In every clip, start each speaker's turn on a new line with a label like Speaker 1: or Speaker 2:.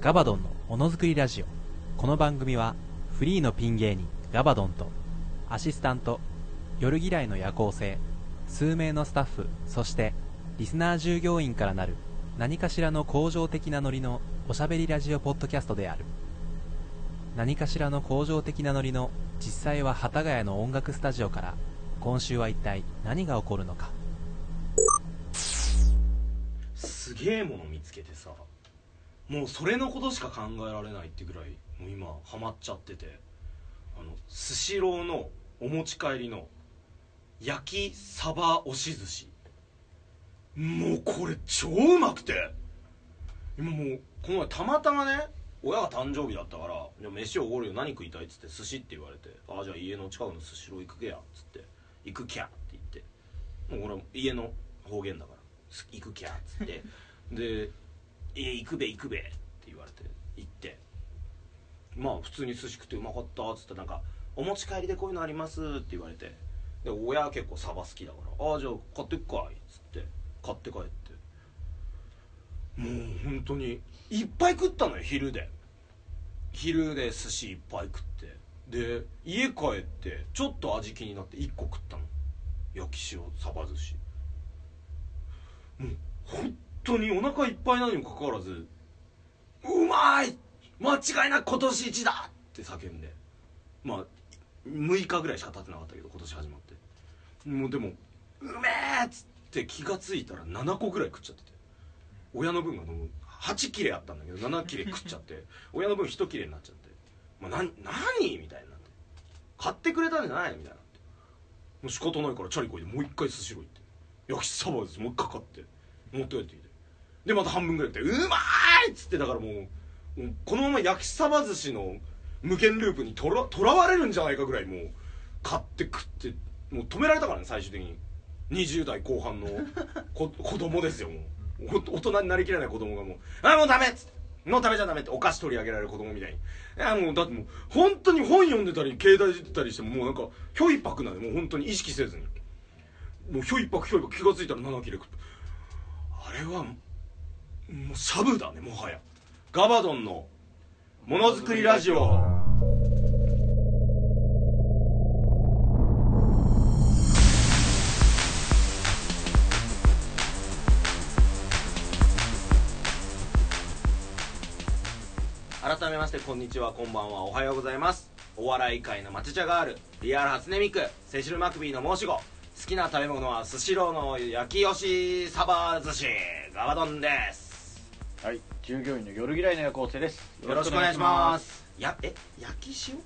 Speaker 1: ガバドンのものづくりラジオこの番組はフリーのピン芸人ガバドンとアシスタント夜嫌いの夜行性数名のスタッフそしてリスナー従業員からなる何かしらの向上的なノリのおしゃべりラジオポッドキャストである何かしらの向上的なノリの実際は幡ヶ谷の音楽スタジオから今週は一体何が起こるのか
Speaker 2: すげえもの見つけてさもうそれのことしか考えられないってぐらいもう今ハマっちゃっててあのスシローのお持ち帰りの焼きサバ押し寿司もうこれ超うまくて今もうこの前たまたまね親が誕生日だったから「じゃあ飯おごるよ何食いたい?」っつって「寿司」って言われて「ああじゃあ家の近くのスシロー行くけや」っつって「行くきゃ」って言ってもう俺も家の方言だから「行くきゃ」っつってで「え行くべ行くべ」って言われて行ってまあ普通に寿司食ってうまかったっつってなんか「お持ち帰りでこういうのあります」って言われてで親は結構サバ好きだから「ああじゃあ買ってっかい」っつって買って帰ってもう本当にいっぱい食ったのよ昼で昼で寿司いっぱい食ってで家帰ってちょっと味気になって1個食ったの焼き塩サバ寿司もう本当にお腹いっぱいなのにもかかわらず「うまい間違いなく今年一だ!」って叫んでまあ6日ぐらいしか経ってなかったけど今年始まってもうでも「うめえ!」っつって気がついたら7個ぐらい食っちゃってて親の分がもう8切れあったんだけど7切れ食っちゃって親の分1切れになっちゃって「まあ、な何?」みたいになって「買ってくれたんじゃない?」みたいになってもう仕方ないからチャリこいでもう一回スシロー行って焼きそばですもう一回買って持って帰ってきてでまた半分ぐらい食って「うまーい!」っつってだからもうもうこのまま焼きそば寿司の無限ループにとらとらわれるんじゃないかぐらいもう買って食ってもう止められたからね最終的に20代後半のこ 子供ですよもうお大人になりきれない子供がもう「あもうダメ!」っつって。もうダメじゃダメってお菓子取り上げられる子供みたいに。いやもうだってもう本当に本読んでたり携帯してたりしてももうなんかひょいぱくなのもう本当に意識せずに。もうひょいぱくひょいぱく気がついたら7切れ食ったあれはもうシャブだねもはやガバドンのものづくりラジオ改めましてこんにちはこんばんはおはようございますお笑い界の町茶ガールリアル初音ミクセシル・マクビーの申し子好きな食べ物はスシローの焼きよしサバ寿司ガバドンです
Speaker 3: はい、従業員の夜嫌いの夜行性です。
Speaker 2: よろしくお願いしますやえ焼き塩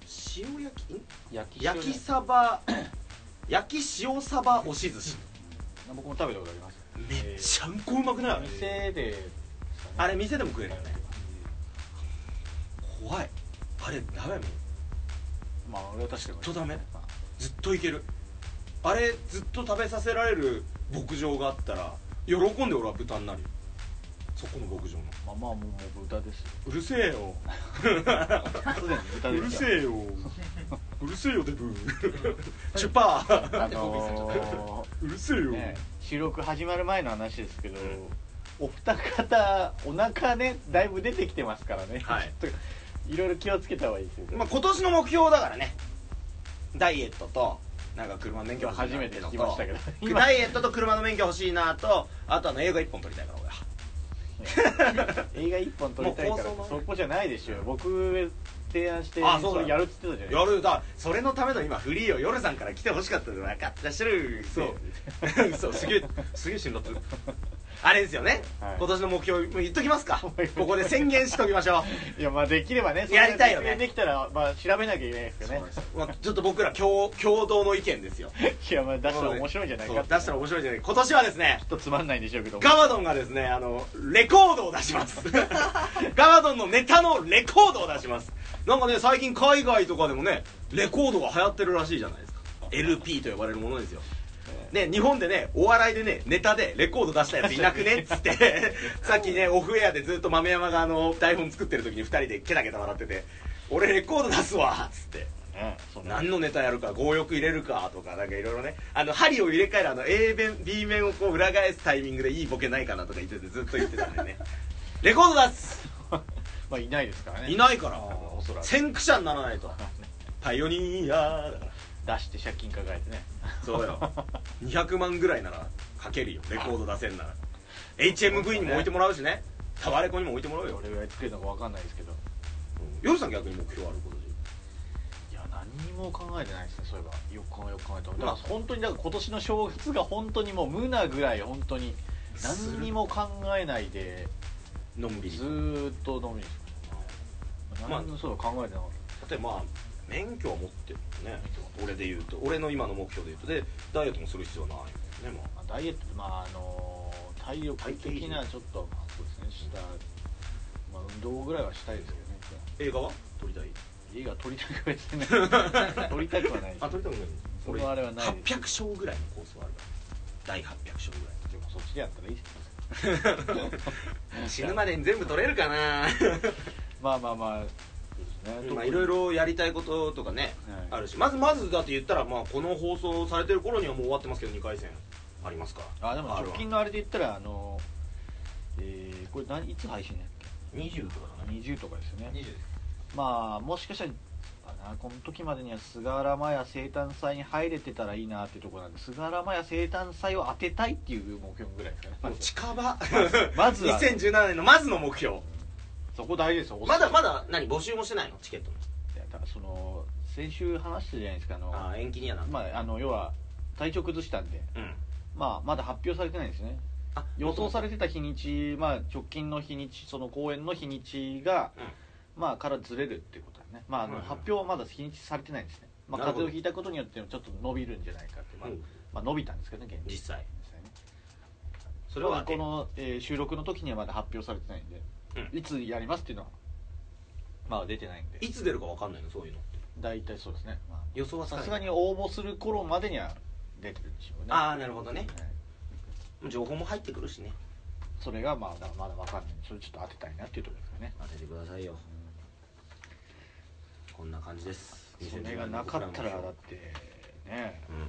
Speaker 2: 塩焼きん
Speaker 3: 焼き
Speaker 2: 焼きサバ 焼き塩サバ押し寿司
Speaker 3: 僕も食べたことあります。
Speaker 2: めっちゃんこうまくないあれ
Speaker 3: 店で、
Speaker 2: あれ店でも食えるよね怖いあれダメもう
Speaker 3: まあ俺は確かに。
Speaker 2: ずっとダメずっといけるあれずっと食べさせられる牧場があったら喜んで俺は豚になるよそこの牧場の
Speaker 3: まあまあもうもう豚 ですよ。
Speaker 2: うるせえよ
Speaker 3: すでに豚
Speaker 2: う
Speaker 3: です
Speaker 2: るせえようるせえよデ ブチュパー
Speaker 3: あの
Speaker 2: うるせえ よ、
Speaker 3: ー、ね、収録始まる前の話ですけど、お二方お腹ねだいぶ出てきてますからね。
Speaker 2: はい。
Speaker 3: ちょっといろいろ気をつけた方がいいですよ。
Speaker 2: まあ、今年の目標だからねダイエットとなんか車の免許
Speaker 3: 今日
Speaker 2: 欲しい
Speaker 3: 初
Speaker 2: な
Speaker 3: め
Speaker 2: って
Speaker 3: て
Speaker 2: いうの
Speaker 3: 聞
Speaker 2: と
Speaker 3: きましたけど。今
Speaker 2: ダイエットと車の免許欲しいなとあとあの映画一本撮りたいから俺は
Speaker 3: 映画一本撮りたいから
Speaker 2: もう放送
Speaker 3: そ
Speaker 2: の
Speaker 3: こじゃないでしょ僕提案して
Speaker 2: あそうだ
Speaker 3: れやるっつってたじゃない
Speaker 2: 夜だそれのための今フリーを夜さんから来てほしかったで分かってらっしゃる
Speaker 3: そう
Speaker 2: そうすげえすげえ辛辣あれですよね、
Speaker 3: はい
Speaker 2: 今年の目標もう言っときますかこ
Speaker 3: い
Speaker 2: こで宣言しときまし ょ
Speaker 3: いやまあできればね
Speaker 2: やりたいよね
Speaker 3: それが実現できたらまあ調べなきゃいけないです
Speaker 2: う
Speaker 3: よね
Speaker 2: まあ、ちょっと僕ら共共同の意見ですよ
Speaker 3: いやまあ出したら面白いんじゃないか
Speaker 2: そう出したら
Speaker 3: ちょ
Speaker 2: 面白いんじゃない今年はですね
Speaker 3: っとつまんないんでしょうけど
Speaker 2: ガバドンがですねあのレコードを出しますガバドンのネタのレコードを出しますなんかね最近海外とかでもねレコードが流行ってるらしいじゃないですか LP と呼ばれるものですよね、日本でねお笑いでねネタでレコード出したやついなくねっつってさっきねオフエアでずっと豆山があの台本作ってる時に2人でケタケタ笑ってて「俺レコード出すわ」っつって
Speaker 3: ねそんな
Speaker 2: 何のネタやるか強欲入れるかとかなんかいろいろねあの針を入れ替えるあの A 面 B 面をこう 裏返すタイミングでいいボケないかなとか言っててずっと言ってたんでねレコード出す
Speaker 3: まあいないですからね
Speaker 2: いないから
Speaker 3: おそらく
Speaker 2: 先駆者にならないとパイオニアだから
Speaker 3: 出して借金抱えてね
Speaker 2: そうよ200万ぐらいならかけるよレコード出せんなら HMV にも置いてもらうしねタワレコにも置いてもらうよ
Speaker 3: どれぐらい作れるのか分かんないですけど
Speaker 2: 夜さん逆に目標あることで
Speaker 3: いや何にも考えてないですねそういえばよく考えよく考えたらだから本当にだから今年の正月が本当にもう無なぐらい本当に何にも考えないで
Speaker 2: のんびり
Speaker 3: ずーっと飲みにしました
Speaker 2: まあ
Speaker 3: 何もそう考えてなかっ
Speaker 2: 例えばまあ免許は持ってるよね俺で言うと俺の今の目標で言うとでダイエットもする必要はないもんねもう
Speaker 3: た、まあダイエットまああのー体力的なちょっとまあそうですねした、まあ、運動ぐらいはしたいですけどね
Speaker 2: 映画は撮りたい
Speaker 3: 家が取りたくはしてない取りたくはないです
Speaker 2: あ撮りたくない
Speaker 3: そのあれはないです
Speaker 2: 800章ぐらいのコースはあるから第800章ぐらい
Speaker 3: でもそっちでやったらいいじゃないですか
Speaker 2: 死ぬまでに全部撮れるか な
Speaker 3: まあまあまあそうですね
Speaker 2: まあいろいろやりたいこととかね、
Speaker 3: はい
Speaker 2: あるしまずまずだって言ったら、まあ、この放送されてる頃にはもう終わってますけど2回戦ありますから
Speaker 3: あでも直
Speaker 2: R1
Speaker 3: 近のあれで言ったらあのえー、これ何いつ配信だっけ
Speaker 2: 20とかだね
Speaker 3: 20とかですよね
Speaker 4: 20です
Speaker 3: まあもしかしたらあなこの時までには菅原麻也生誕祭に入れてたらいいなっていうところなんで菅原麻也生誕祭を当てたいっていう目標ぐらいですかね
Speaker 2: もう近場
Speaker 3: まずは
Speaker 2: 2017年のまずの目標
Speaker 3: そこ大事ですよ
Speaker 2: まだま
Speaker 3: だ
Speaker 2: だ何募集もしてないのチケットの
Speaker 3: その先週話してたじゃないですかあの
Speaker 2: ああ延期にはな
Speaker 3: まああの要は体調崩したんで
Speaker 2: うん
Speaker 3: まあまだ発表されてないんですね
Speaker 2: あ
Speaker 3: 予想されてた日にち、まあ、直近の日にちその公演の日にちが、まあ、からずれるっていうことだね、まああの
Speaker 2: うんうん
Speaker 3: 発表はまだ日にちされてないんですね、まあ、
Speaker 2: なるほ
Speaker 3: 風
Speaker 2: ど
Speaker 3: 邪をひいたことによってちょっと伸びるんじゃないかって、まあ
Speaker 2: うん
Speaker 3: まあ、伸びたんですけどね現実
Speaker 2: 実際
Speaker 3: ですね
Speaker 2: それは
Speaker 3: まあこの、えー収録の時にはまだ発表されてないんで、
Speaker 2: うん
Speaker 3: いつやりますっていうのはまあ出てないんで
Speaker 2: いつ出るか分かんないのそういうのって
Speaker 3: 大体そうですね、ま
Speaker 2: 予想は
Speaker 3: あ、
Speaker 2: つか
Speaker 3: さ
Speaker 2: ない
Speaker 3: すがに応募する頃までには出てるんでしょうね
Speaker 2: ああなるほどね
Speaker 3: はい
Speaker 2: 情報も入ってくるしね
Speaker 3: それがまあだまだわかんないそれちょっと当てたいなっていうところですかね
Speaker 2: 当ててくださいよこんな感じです
Speaker 3: それがなかったらだ
Speaker 2: う
Speaker 3: ってね
Speaker 2: ん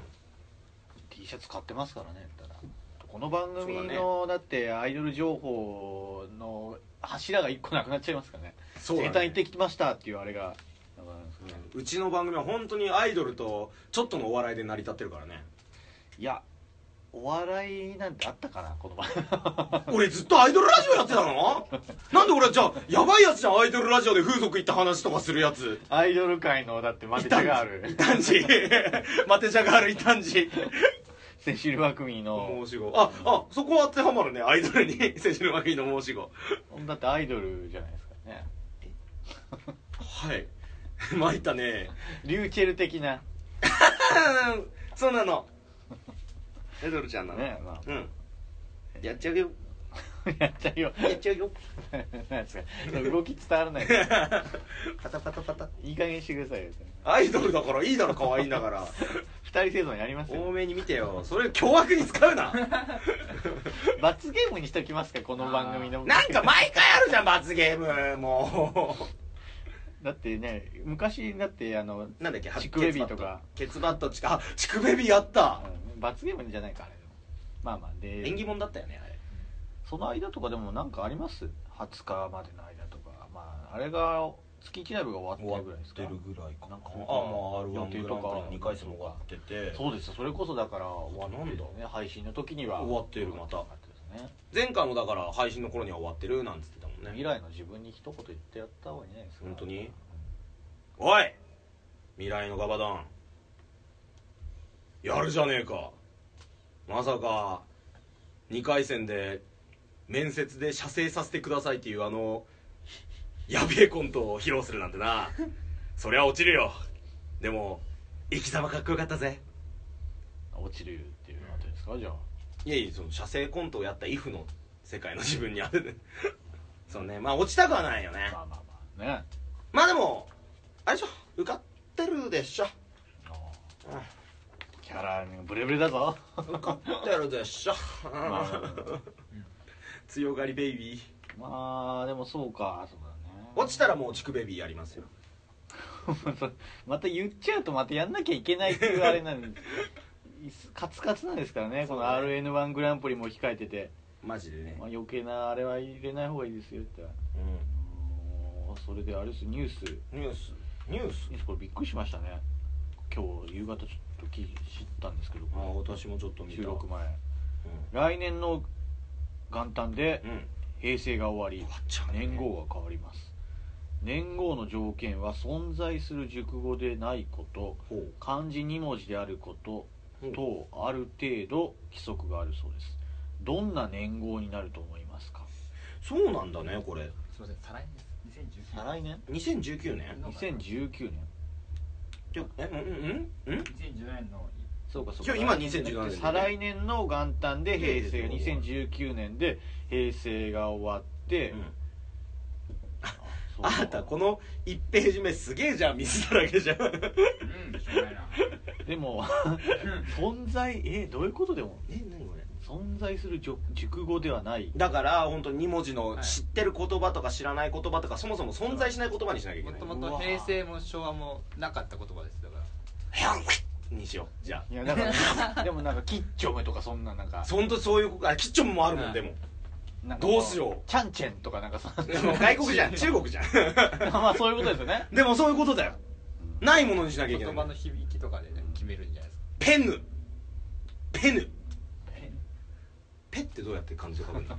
Speaker 3: T シャツ買ってますからねだったらこの番組
Speaker 2: そうだ
Speaker 3: のだってアイドル情報の柱が一個なくなっちゃいますからね「
Speaker 2: そ
Speaker 3: 生
Speaker 2: う
Speaker 3: 誕行ってきました」っていうあれがなくなるんですかね
Speaker 2: うちの番組は本当にアイドルとちょっとのお笑いで成り立ってるから ね
Speaker 3: いやお笑いなんてあったかなこの番組
Speaker 2: 俺ずっとアイドルラジオやってたのなんで俺はじゃあやばいやつじゃんアイドルラジオで風俗行った話とかするやつ
Speaker 3: アイドル界のだってマテ茶がある
Speaker 2: 異端 児マテジャガール異端児
Speaker 3: セシル・ワクミーの
Speaker 2: 申し子ああそこは当てはまるねアイドルに セシル・マキーの申し子
Speaker 3: だってアイドルじゃないですかね
Speaker 2: はい 参ったね
Speaker 3: リューチェル的な
Speaker 2: うんそうなのアイドルちゃんなの、
Speaker 3: ねまあ
Speaker 2: うんやっちゃうよ
Speaker 3: やっちゃうよ。
Speaker 2: やっちゃうよ
Speaker 3: なんですか。動き伝わらないです。
Speaker 2: パタパタパタ
Speaker 3: いい加減にしてくださいよ。
Speaker 2: アイドルだからいいだろ可愛いんだ から
Speaker 3: 二人生存やります
Speaker 2: 多
Speaker 3: よ。
Speaker 2: めに見てよそれ凶悪に使うな
Speaker 3: 罰ゲームにしときますか、この 番組の。
Speaker 2: なんか毎回あるじゃん罰ゲームも
Speaker 3: だってね、昔だって、あの、
Speaker 2: うなんだっけ
Speaker 3: チクベビーとか
Speaker 2: ケツバットチクあチクベビーやった
Speaker 3: うん罰ゲームじゃないか、あれ。まあまあ、
Speaker 2: 縁起
Speaker 3: で、
Speaker 2: 物だったよねあれ
Speaker 3: その間とかでもなんかあります ?20 日までの間とか。まあ、あれが、月1ライブが終わってるぐらいですか。
Speaker 2: ぐらい
Speaker 3: かな
Speaker 2: あもう R1
Speaker 3: 予定
Speaker 2: グ
Speaker 3: と
Speaker 2: ラ
Speaker 3: か
Speaker 2: ンプリ2回戦も終わってて
Speaker 3: そうですよそれこそだから終わってるよ
Speaker 2: なん
Speaker 3: ね配信の時には
Speaker 2: 終わってるまた
Speaker 3: 終わってますね
Speaker 2: 前回もだから配信の頃には終わってるなんつってたもんね
Speaker 3: 未来の自分に一言言ってやった方がいいんじゃないですか
Speaker 2: 本当におい未来のガバドンやるじゃねえかまさか2回戦で面接で射精させてくださいっていうあのやべえコントを披露するなんてな そりゃ落ちるよでも生き様かっこよかったぜ
Speaker 3: 落ちるっていうのはどうですかじゃあ
Speaker 2: いやいやその射精コントをやったイフの世界の自分にあるそうねまあ落ちたくはないよね
Speaker 3: まあまあまあね
Speaker 2: まあでもあれでしょ受かってるでしょ
Speaker 3: キャラブレブレだ ぞ
Speaker 2: 受かってるでしょ、
Speaker 3: ま
Speaker 2: 強がりベイビー
Speaker 3: あ、まあでもそうかそうだね
Speaker 2: 落ちたらもうチクベビーやりますよ
Speaker 3: また言っちゃうとまたやんなきゃいけないっていうあれなんでカツカツなんですからねこの RN1 グランプリも控えてて、
Speaker 2: マジでね
Speaker 3: まあ、余計なあれは入れない方がいいですよって
Speaker 2: うん
Speaker 3: それであれですニュース
Speaker 2: ニュースニュース
Speaker 3: ニュースこれびっくりしましたね今日夕方ちょっと聞い知ったんですけど
Speaker 2: あ私もちょっと見た
Speaker 3: 収録前来年の元旦で
Speaker 2: うん、うん、
Speaker 3: 平成が終わ
Speaker 2: 終わっちゃう
Speaker 3: り
Speaker 2: ね
Speaker 3: 年号が変わります年号の条件は存在する熟語でないこと
Speaker 2: ほう
Speaker 3: 漢字2文字であること
Speaker 2: ほ
Speaker 3: 等ある程度規則があるそうですどんな年号になると思いますか
Speaker 2: うそうなんだねこれ
Speaker 4: すみません再来年です2019
Speaker 3: 再来年
Speaker 2: 2019年
Speaker 3: 2019年
Speaker 2: ってえうんうんうん
Speaker 4: 2014年の
Speaker 3: そうかそうう
Speaker 2: か
Speaker 3: か
Speaker 2: 今2017年
Speaker 3: 再来年の元旦で平成
Speaker 2: 平成
Speaker 3: 2019年で平成が終わって、
Speaker 2: うん
Speaker 3: そう
Speaker 2: あなたこの1ページ目すげえじゃん水だらけじゃん
Speaker 4: うんしょうがないな
Speaker 3: でも存在えどういうことでも
Speaker 2: え何これ
Speaker 3: 存在する熟熟語ではない
Speaker 2: だから本当に2文字の
Speaker 4: はい
Speaker 2: 知ってる言葉とか知らない言葉とかそもそも存在しない言葉にしなきゃいけ
Speaker 4: も
Speaker 2: ない
Speaker 4: ともと平成も昭和もなかった言葉ですだから
Speaker 2: ヘアンにしようじゃ
Speaker 3: いや だからでもなんかキッチョムとかそんななんか
Speaker 2: あ本当そういうあキッチョンもあるも
Speaker 4: うん
Speaker 2: んで も
Speaker 3: なんか
Speaker 2: どうしよう
Speaker 3: チャンチェンとかなんかそん
Speaker 2: でも外国じゃん中国じゃん
Speaker 3: なまあそういうことですよね
Speaker 2: でもそういうことだよないものにしなきゃいけ
Speaker 4: 言
Speaker 2: ない
Speaker 4: 葉の響きとかでね決めるんじゃないです
Speaker 2: ペ
Speaker 4: か
Speaker 2: ヌペヌペってどうやって漢字で書くんだ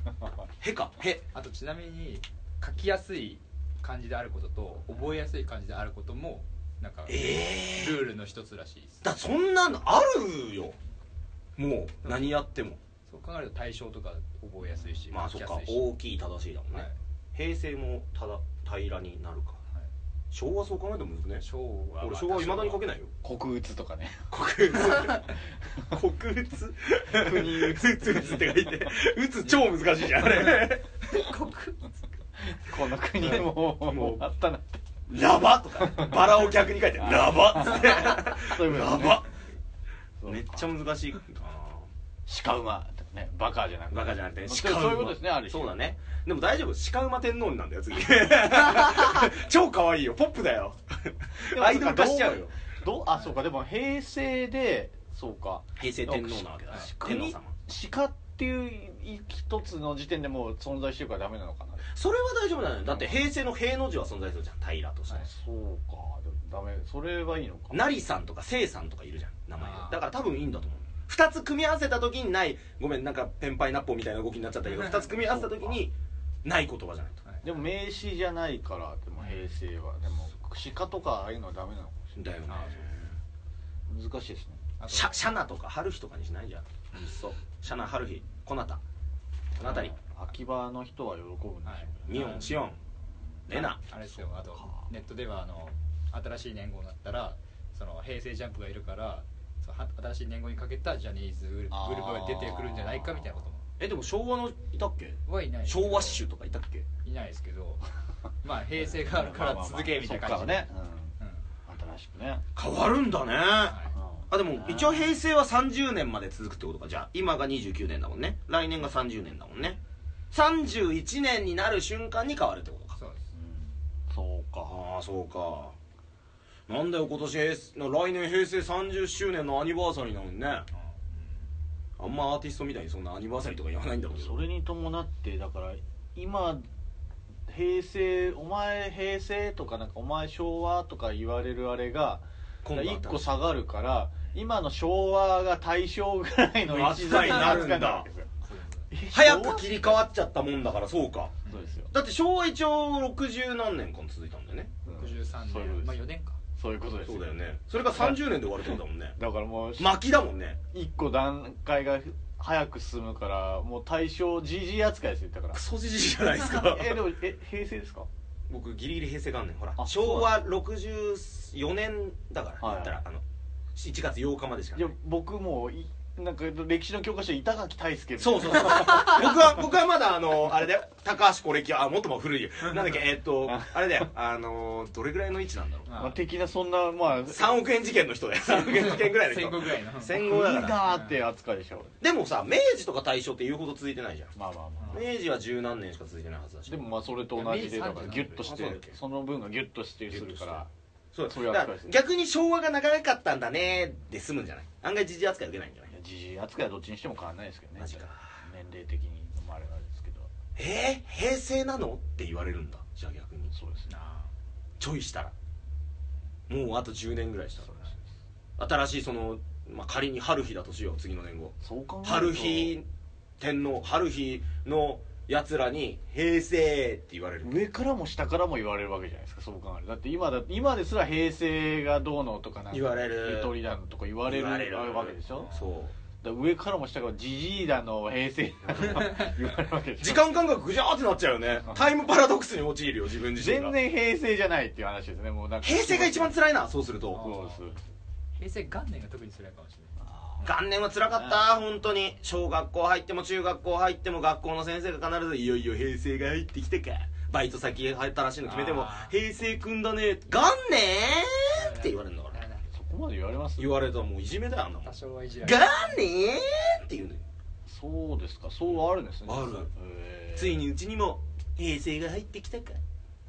Speaker 2: ヘかヘ
Speaker 4: あとちなみに書きやすい漢字であることと覚えやすい漢字であることもなんかル
Speaker 2: ええ
Speaker 4: ールの一つらしいです
Speaker 2: だそんなのあるよもう何やっても
Speaker 4: そう考えると対象とか覚えやすいし
Speaker 2: まあそ
Speaker 4: 書
Speaker 2: っ
Speaker 4: きや
Speaker 2: か
Speaker 4: すいし
Speaker 2: 大きい正しいだもんね、
Speaker 4: はい
Speaker 2: 平成もただ平らになるか、
Speaker 4: はい
Speaker 2: 昭和そう考えても難しいね
Speaker 4: 昭和
Speaker 2: 俺昭和いまだに書けないよ
Speaker 3: 国鬱とかね
Speaker 2: 国う国うつ
Speaker 3: 国
Speaker 2: うつうつって書いてうつ超難しいじゃんあれ
Speaker 3: この国も
Speaker 2: うん
Speaker 3: もう
Speaker 2: もう
Speaker 3: あったなって
Speaker 2: ラバとかバラを逆に書いてラバっつって
Speaker 3: そういうこと
Speaker 2: ラ
Speaker 3: ですね
Speaker 2: バ
Speaker 3: そう
Speaker 2: めっちゃ難しい
Speaker 3: 鹿馬とかねバカじゃなくて
Speaker 2: バカじゃなくて
Speaker 3: そうそういうことですねある種
Speaker 2: そうだねでも大丈夫鹿馬天皇になんだよ次 超可愛いよポップだよ
Speaker 3: でも
Speaker 2: アイドル化しちゃうよ
Speaker 3: どうあそうかでも平成でそうか
Speaker 2: 平成天皇なわけだし天皇
Speaker 3: 国
Speaker 2: 様
Speaker 3: 鹿っていう一つの時点でもう存在してるからダメなのかな
Speaker 2: それは大丈夫なのよだって平成の平の字は存在するじゃん平として、
Speaker 4: はい
Speaker 3: そうかでもダメそれはいいのか
Speaker 2: 成さんとか生さんとかいるじゃん名前で
Speaker 4: あー
Speaker 2: だから多分いいんだと思う2つ組み合わせた時にないごめんなんかペンパイナッポーみたいな動きになっちゃったけど2つ組み合わせた時にない言葉じゃないと
Speaker 4: はい
Speaker 3: でも名詞じゃないからでも平成はでも鹿とかああいうのはダメなのか
Speaker 2: だよね
Speaker 4: あ
Speaker 3: 難しいですね
Speaker 4: あと
Speaker 2: シャシャナとか春日とかにしないじゃんそうシャナ春日こなたこのたり
Speaker 3: 秋葉の人は喜ぶんでしょう
Speaker 4: はい
Speaker 2: ミオンシオンレナ
Speaker 4: あれですよあと
Speaker 3: か
Speaker 4: ネットではあの新しい年号になったらその平成ジャンプがいるからそのは新しい年号にかけたジャニーズグル
Speaker 3: あー
Speaker 4: グループが出てくるんじゃないかみたいなことも
Speaker 2: えでも昭和のいたっけ
Speaker 4: はいないですけど
Speaker 2: 昭和種とかいたっけ
Speaker 4: いないですけど まあ平成があるから続けみたいな感じ
Speaker 3: で
Speaker 4: で
Speaker 3: ね、うん、新しくね、
Speaker 2: 変わるんだね
Speaker 3: う
Speaker 2: あでも一応平成は30年まで続くってことかじゃあ今が29年だもんね来年が30年だもんね31年になる瞬間に変わるってことか
Speaker 4: そうです
Speaker 3: ん、そうか
Speaker 2: ああそうかなんだよ今年平成来年平成30周年のアニバーサリーなのにねあんまアーティストみたいにそんなアニバーサリーとか言わないんだろうけ
Speaker 3: そ
Speaker 2: ど
Speaker 3: れに伴ってだから今平成お前平成とかなんかお前昭和とか言われるあれが
Speaker 2: 今度は
Speaker 3: 1個下がるから今の昭和が大正ぐらいの位置づけに扱いわけですよえ
Speaker 2: 早
Speaker 3: 昭
Speaker 2: く
Speaker 3: 和
Speaker 2: 切り替わっちゃったもんだからそうか
Speaker 3: そうですよ
Speaker 2: だって昭和一応60何年間続いたんだよね
Speaker 4: 63
Speaker 3: そういうことです
Speaker 4: 年まあ4年か
Speaker 3: そういうことです
Speaker 2: そうだよねそれが30年で終わるってことだもんね
Speaker 3: だからもう
Speaker 2: 巻きだもんね
Speaker 3: 1個段階が早く進むからもう大正 GG 扱いですよだから
Speaker 2: クソじじいじゃないです か
Speaker 3: えでもえ平成ですか
Speaker 2: 僕ギリギリ平成元年ほら
Speaker 3: あ
Speaker 2: 昭和64年だから
Speaker 3: は
Speaker 2: 言
Speaker 3: い
Speaker 2: ったらあの1月8日までしか
Speaker 3: い
Speaker 2: な
Speaker 3: や
Speaker 2: い
Speaker 3: 僕もういなんか歴史の教科書板垣大輔みたい
Speaker 2: そ
Speaker 3: な
Speaker 2: うそうそう 僕は僕はまだあのあれだよ高橋これきあもっとも古いよなんだっけえっとあれだよあのどれぐらいの位置なんだろう
Speaker 3: まあ、的なそんなまあ
Speaker 2: 3億円事件の人だよ3億円事件ぐらいの人
Speaker 4: 戦後ぐらいの
Speaker 2: 戦
Speaker 3: いい
Speaker 2: 後だから
Speaker 3: なーって扱いでしょ
Speaker 2: でもさ明治とか大正って言うほど続いてないじゃん
Speaker 3: まあまあま
Speaker 4: うん
Speaker 2: 明治は十何年しか続いてないはずだし
Speaker 3: あでもまあそれと同じでだからギュッとし
Speaker 2: あそうだ
Speaker 3: て
Speaker 2: っけ
Speaker 3: その分がギュッとしてするから
Speaker 2: そう
Speaker 3: そういう
Speaker 2: だか
Speaker 3: 扱い
Speaker 2: ら
Speaker 3: ですね
Speaker 2: 逆に昭和が長かったんだねで済むんじゃない案外じじ扱い受けないんじゃない
Speaker 3: いやじじい扱いはどっちにしても変わんないですけどね
Speaker 2: マジか
Speaker 3: 年齢的にもあれはあれですけど
Speaker 2: えー、平成なのって言われるんだじゃあ逆に
Speaker 3: そうですね
Speaker 4: あ
Speaker 2: ちょいしたらもうあと10年ぐらいしたら新しいその、まあ、仮に春日だとしよう次の年号
Speaker 3: そう考える
Speaker 2: 春
Speaker 3: と
Speaker 2: 日天皇春日のやつらに「平成」って言われる
Speaker 3: 上からも下からも言われるわけじゃないですかそう考えるだって今だ今ですら平成がどうのとかなんか
Speaker 2: 言われる
Speaker 3: ゆとりだのとか言われるわけでしょ
Speaker 2: そう
Speaker 3: だから上からも下からじじいだの平成 だの言われるわけでし
Speaker 2: 時
Speaker 3: ょ
Speaker 2: 間感覚ぐじゃーってなっちゃうよねタイムパラドックスに陥るよ自分自身が
Speaker 3: 全然平成じゃないっていう話ですねもうなんか
Speaker 2: 平成が一番辛いなそうする
Speaker 4: あー
Speaker 2: と
Speaker 3: そうです
Speaker 4: 平成元年が特に辛いかもしれない
Speaker 2: 元年は辛かった本当に小学校入っても中学校入っても学校の先生が必ず「いよいよ平成が入ってきてか」バイト先入ったらしいの決めても
Speaker 4: あ
Speaker 2: 「平成くんだね」元年って言われるんだから
Speaker 3: そこまで言われます
Speaker 2: 言われたらもういじめだよあんなもん
Speaker 4: 多
Speaker 2: 元
Speaker 4: 少はいじられる
Speaker 2: 年って言うのよ
Speaker 3: そうですかそうあるんですね
Speaker 2: あるある
Speaker 3: へー
Speaker 2: ついにうちにも平成が入ってきたか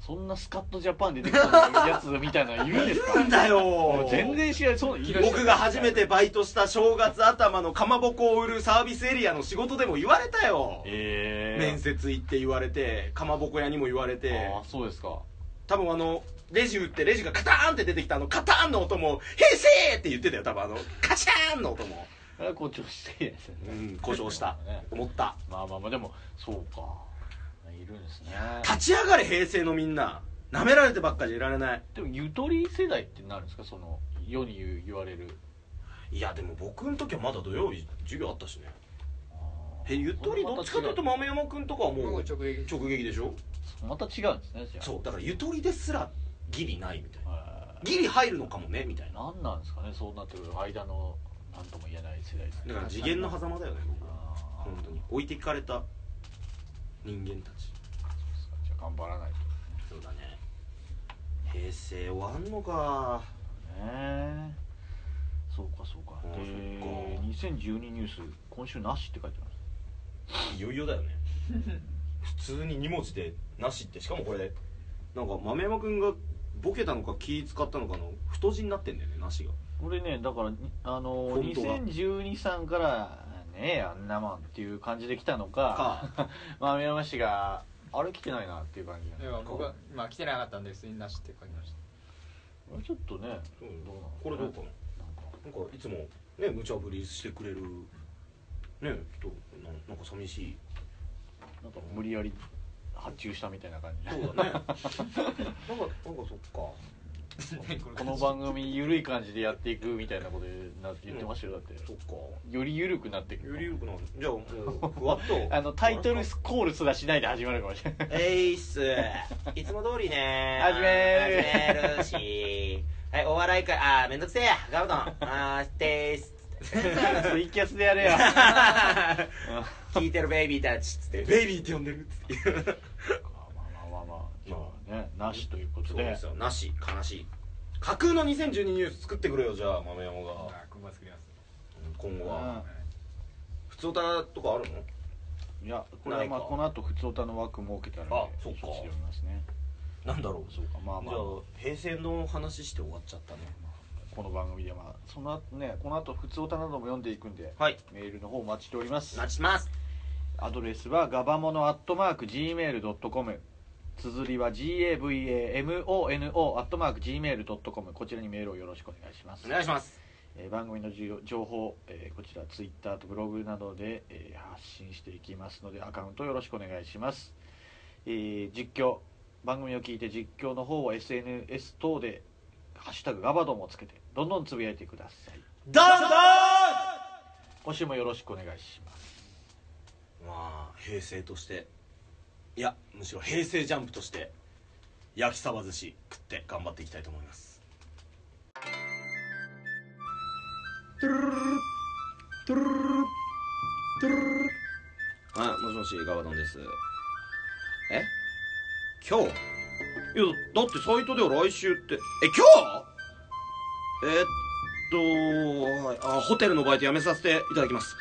Speaker 3: そんなスカットジャパン出てきたやつみたいなのいるんです
Speaker 2: な
Speaker 3: か
Speaker 2: んだ
Speaker 3: も
Speaker 2: よ
Speaker 3: う全然知らないそういる
Speaker 2: 僕が初めてバイトした正月頭のかまぼこを売るサービスエリアの仕事でも言われたよ
Speaker 3: ええ
Speaker 2: 面接行って言われてかまぼこ屋にも言われて
Speaker 3: ああそうですか
Speaker 2: 多分あのレジ打ってレジがカターンって出てきたあのカターンの音も「平成!」って言ってたよ多分あのカシャーンの音も
Speaker 3: あれは誇張していいですよ
Speaker 2: う
Speaker 3: ね
Speaker 2: ん故障 した
Speaker 3: ね
Speaker 2: 思った
Speaker 3: まあまあまあでもそうかいるんですね
Speaker 2: 立ち上がれ平成のみんな舐められてばっかじゃいられない
Speaker 3: でもゆとり世代ってなるんですかその世に言う言われる
Speaker 2: いやでも僕の時はまだ土曜日授業あったしねえ
Speaker 3: え
Speaker 2: ゆとりどっちかというと豆山君とかはも
Speaker 4: もう
Speaker 2: う
Speaker 4: 直撃
Speaker 2: 直撃でしょ
Speaker 3: また違うんですねじゃあ
Speaker 2: そうだからゆとりですらギリないみたいな
Speaker 3: は
Speaker 2: ギリ入るのかもねみたい
Speaker 3: い
Speaker 2: な
Speaker 3: 何なんですかねそうなってくる間の何とも言えない世代ですね
Speaker 2: だから次元の狭間だよね僕は
Speaker 3: ああ
Speaker 2: 本当に置いていかれた人間たち
Speaker 3: そうですかじゃあ頑張らないと
Speaker 2: そうだね平成終わんのか
Speaker 3: ねそうかそうか
Speaker 2: ああ
Speaker 3: で
Speaker 2: そ
Speaker 3: 2012ニュース今週なしって書いてます
Speaker 2: いよいよだよ ね普通に2文字で「なし」ってしかもこれなんか豆山君がボケたのか気使ったのかの太字になってんだよね「なし」が
Speaker 3: これねだからにあの
Speaker 2: 本当だ
Speaker 3: 2012さんからねえあんなもんっていう感じで来たのか
Speaker 2: か
Speaker 3: まあ宮山氏があれ来てないなっていう感じが
Speaker 4: でも僕はまあ来てなかったんで普通になしって書きました
Speaker 3: あれちょっとね
Speaker 2: う
Speaker 3: どうんなん
Speaker 2: これどうかな
Speaker 3: なんか
Speaker 2: なんかいつもね無茶ぶりしてくれるね人ななんか寂しい
Speaker 3: なんか無理やり発注したみたいな感じ
Speaker 2: そうだねなんかなんかそっか
Speaker 3: この番組緩い感じでやっていくみたいなことな言ってましたよだって
Speaker 2: そっか
Speaker 3: より緩くなっていく
Speaker 2: より緩くなるじゃあもうふわっと
Speaker 3: あのタイトルコールすらしないで始まるかもしれない
Speaker 2: えいっすいつも通りね
Speaker 3: 始める
Speaker 2: 始めるしはいお笑い会あーめんどくせえやガブドンあーテイス
Speaker 3: ツイキャスでやれよ
Speaker 2: 聞いてるベイビーたちっつってベイビーって呼んでるっつって
Speaker 3: まあまあまあまあじゃあねなしということ
Speaker 2: そう
Speaker 3: で
Speaker 2: ですよなし悲しい架空の2012ニュース作ってくれよじゃあ豆山が
Speaker 4: あ今後は作ります
Speaker 2: 今後
Speaker 3: うん
Speaker 2: は普通歌とかあるの
Speaker 3: いやこれはまあ
Speaker 2: ないか
Speaker 3: この後普通歌の枠設けたら
Speaker 2: あ
Speaker 3: ね
Speaker 2: そ
Speaker 3: 一
Speaker 2: っ
Speaker 3: つ
Speaker 2: か
Speaker 3: 読みますね
Speaker 2: なんだろう
Speaker 3: そうかまあま
Speaker 2: じ
Speaker 3: あ
Speaker 2: ゃあ平成の話して終わっちゃったね
Speaker 3: この番組でまあその後ねこの後普通歌なども読んでいくんで
Speaker 2: はい
Speaker 3: メールの方お待ちしております
Speaker 2: 待ちます
Speaker 3: アドレスはガバモノアットマーク Gmail.com 綴りは GAVAMONO アットマーク Gmail.com こちらにメールをよろしくお願いします
Speaker 2: お願いします
Speaker 3: えー番組のじゅ情報、えーこちらツイッターとブログなどで、えー発信していきますのでアカウントよろしくお願いします、えー実況番組を聞いて実況の方は SNS 等で「ハッシュタグガバドン」をつけてどんどんつぶやいてください
Speaker 2: どんどん
Speaker 3: 今週もよろしくお願いします
Speaker 2: まあ平成としていやむしろ平成ジャンプとして焼きそば寿司食って頑張っていきたいと思いますはいもしもしガバドンですえ今日いやだってサイトでは来週ってえ今日えっとはいあホテルのバイト辞めさせていただきます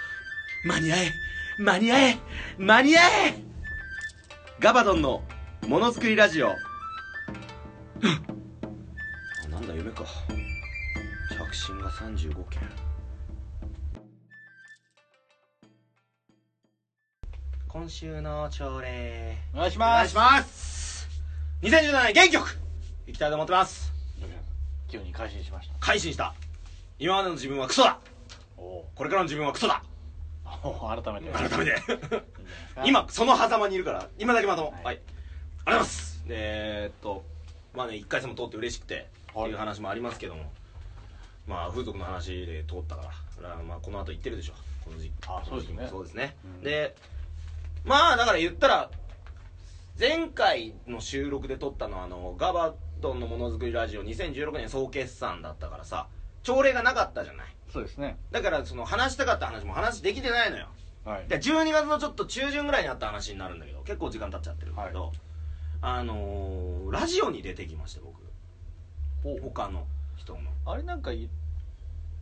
Speaker 2: 間に合え間に合え間に合えガバドンのものづくりラジオあなんだ夢か着信が35件今週の朝礼
Speaker 3: お願いし
Speaker 2: お願
Speaker 3: ま
Speaker 2: いし
Speaker 3: す
Speaker 2: ます2017年元気よくいきたいと思ってます
Speaker 3: 急に改心しました
Speaker 2: 改心した今までの自分はクソだ
Speaker 3: おお
Speaker 2: これからの自分はクソだ
Speaker 3: ー改めて
Speaker 2: 改めて
Speaker 3: いいんじゃないですか
Speaker 2: 今その狭間にいるから今だけまともは、
Speaker 3: はいい
Speaker 2: ありがとうございますでえーっとまあね1回戦も通って嬉しくてっていう話もありますけども、まあ風俗の話で通ったからだからまあこの後行ってるでしょこの時期
Speaker 3: あそうですね
Speaker 2: この時期もそうですね、
Speaker 3: うん
Speaker 2: でまあだから言ったら前回の収録で撮ったのはあのガバドンのものづくりラジオ2016年総決算だったからさ朝礼がなかったじゃない
Speaker 3: そうですね
Speaker 2: だからその話したかった話も話できてないのよ
Speaker 3: はい
Speaker 2: で12月のちょっと中旬ぐらいにあった話になるんだけど結構時間経っちゃってるんだけど、
Speaker 3: は
Speaker 2: あのーラジオに出てきまして僕
Speaker 3: お
Speaker 2: 他の人の
Speaker 3: あれなんか言っ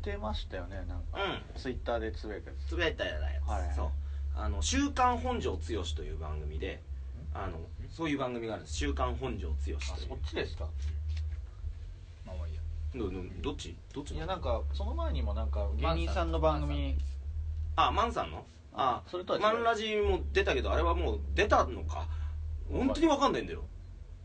Speaker 3: てましたよねなんか
Speaker 2: うん
Speaker 3: ツイッターでつぶやくや
Speaker 2: つぶやいたやつ、
Speaker 3: はいはい
Speaker 2: そうあの「週刊本庄剛」という番組であのそういう番組があるんです「週刊本庄剛」という
Speaker 3: つあそっちですか
Speaker 4: まあまあいいや
Speaker 2: どどどっちどっち
Speaker 3: いやなんかその前にもなんか芸人さんの
Speaker 4: マ
Speaker 3: 番
Speaker 4: ンさん
Speaker 3: 組
Speaker 2: あマンさんのあ
Speaker 3: それとは違う
Speaker 2: マンラジも出たけどあれはもう出たのか本当にわかんないんだよ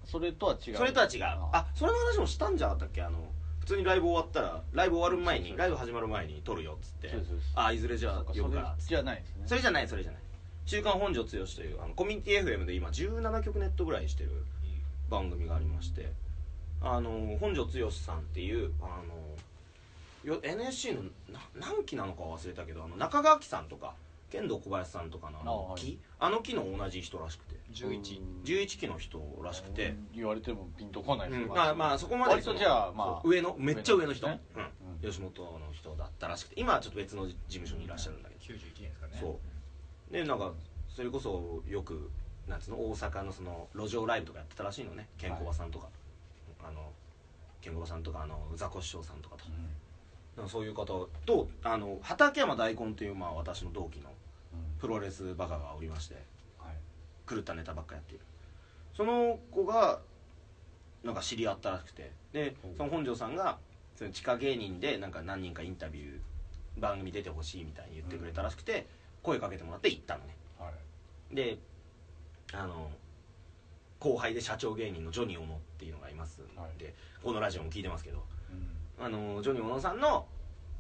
Speaker 3: それとは違う
Speaker 2: それとは違う
Speaker 3: あ
Speaker 2: あそれの話もしたんじゃなかったっけあの普通にライブ終わったらライブ終わる前
Speaker 3: そうそ
Speaker 2: に
Speaker 3: うそう
Speaker 2: ライブ始まる前に撮るよっつって
Speaker 3: そうですそうです
Speaker 2: あいずれじゃ
Speaker 3: そ
Speaker 2: あ
Speaker 3: うか
Speaker 2: 呼
Speaker 3: そ
Speaker 2: ぶか
Speaker 3: れ
Speaker 2: らっつって
Speaker 3: じゃないですね
Speaker 2: それじゃないそれじゃない週刊本庄剛というあのコミュニティ FM で今17曲ネットぐらいしてる番組がありましてあの本庄剛さんっていうあのよ NSC のな何期なのかは忘れたけどあの中川家さんとか剣道小林さんとかのあの木あの木の同じ人らしくて
Speaker 4: 11
Speaker 2: 11期の人らしくて、
Speaker 3: 言われてもピンとこないです
Speaker 2: う
Speaker 3: よ
Speaker 2: ん、まあまあそこまで
Speaker 3: 割とじゃあまあ
Speaker 2: そう上のめっちゃ上の人
Speaker 3: 上の人
Speaker 2: うん吉本の人だったらしくて今はちょっと別の事務所にいらっしゃるんだけど
Speaker 4: 91年ですかね
Speaker 2: そうでなんかそれこそよくなんつうの大阪のその路上ライブとかやってたらしいのねケンコバさんとか、あのケンコバさんとかあのザコシショウさんとかと、
Speaker 3: ん
Speaker 2: なんかそういう方とあの畠山大根というまあ私の同期の
Speaker 3: うん
Speaker 2: プロレスバカがおりまして
Speaker 3: はい
Speaker 2: 狂ったネタばっかやっているその子がなんか知り合ったらしくてでその本庄さんがその地下芸人でなんか何人かインタビュー番組出てほしいみたいに言ってくれたらしくて、声かけてもらって行ったのね
Speaker 3: はい
Speaker 2: であの後輩で社長芸人のジョニー小野っていうのがいますんで、
Speaker 3: はい
Speaker 2: このラジオも聞いてますけど
Speaker 3: うん
Speaker 2: あのジョニー小野さんの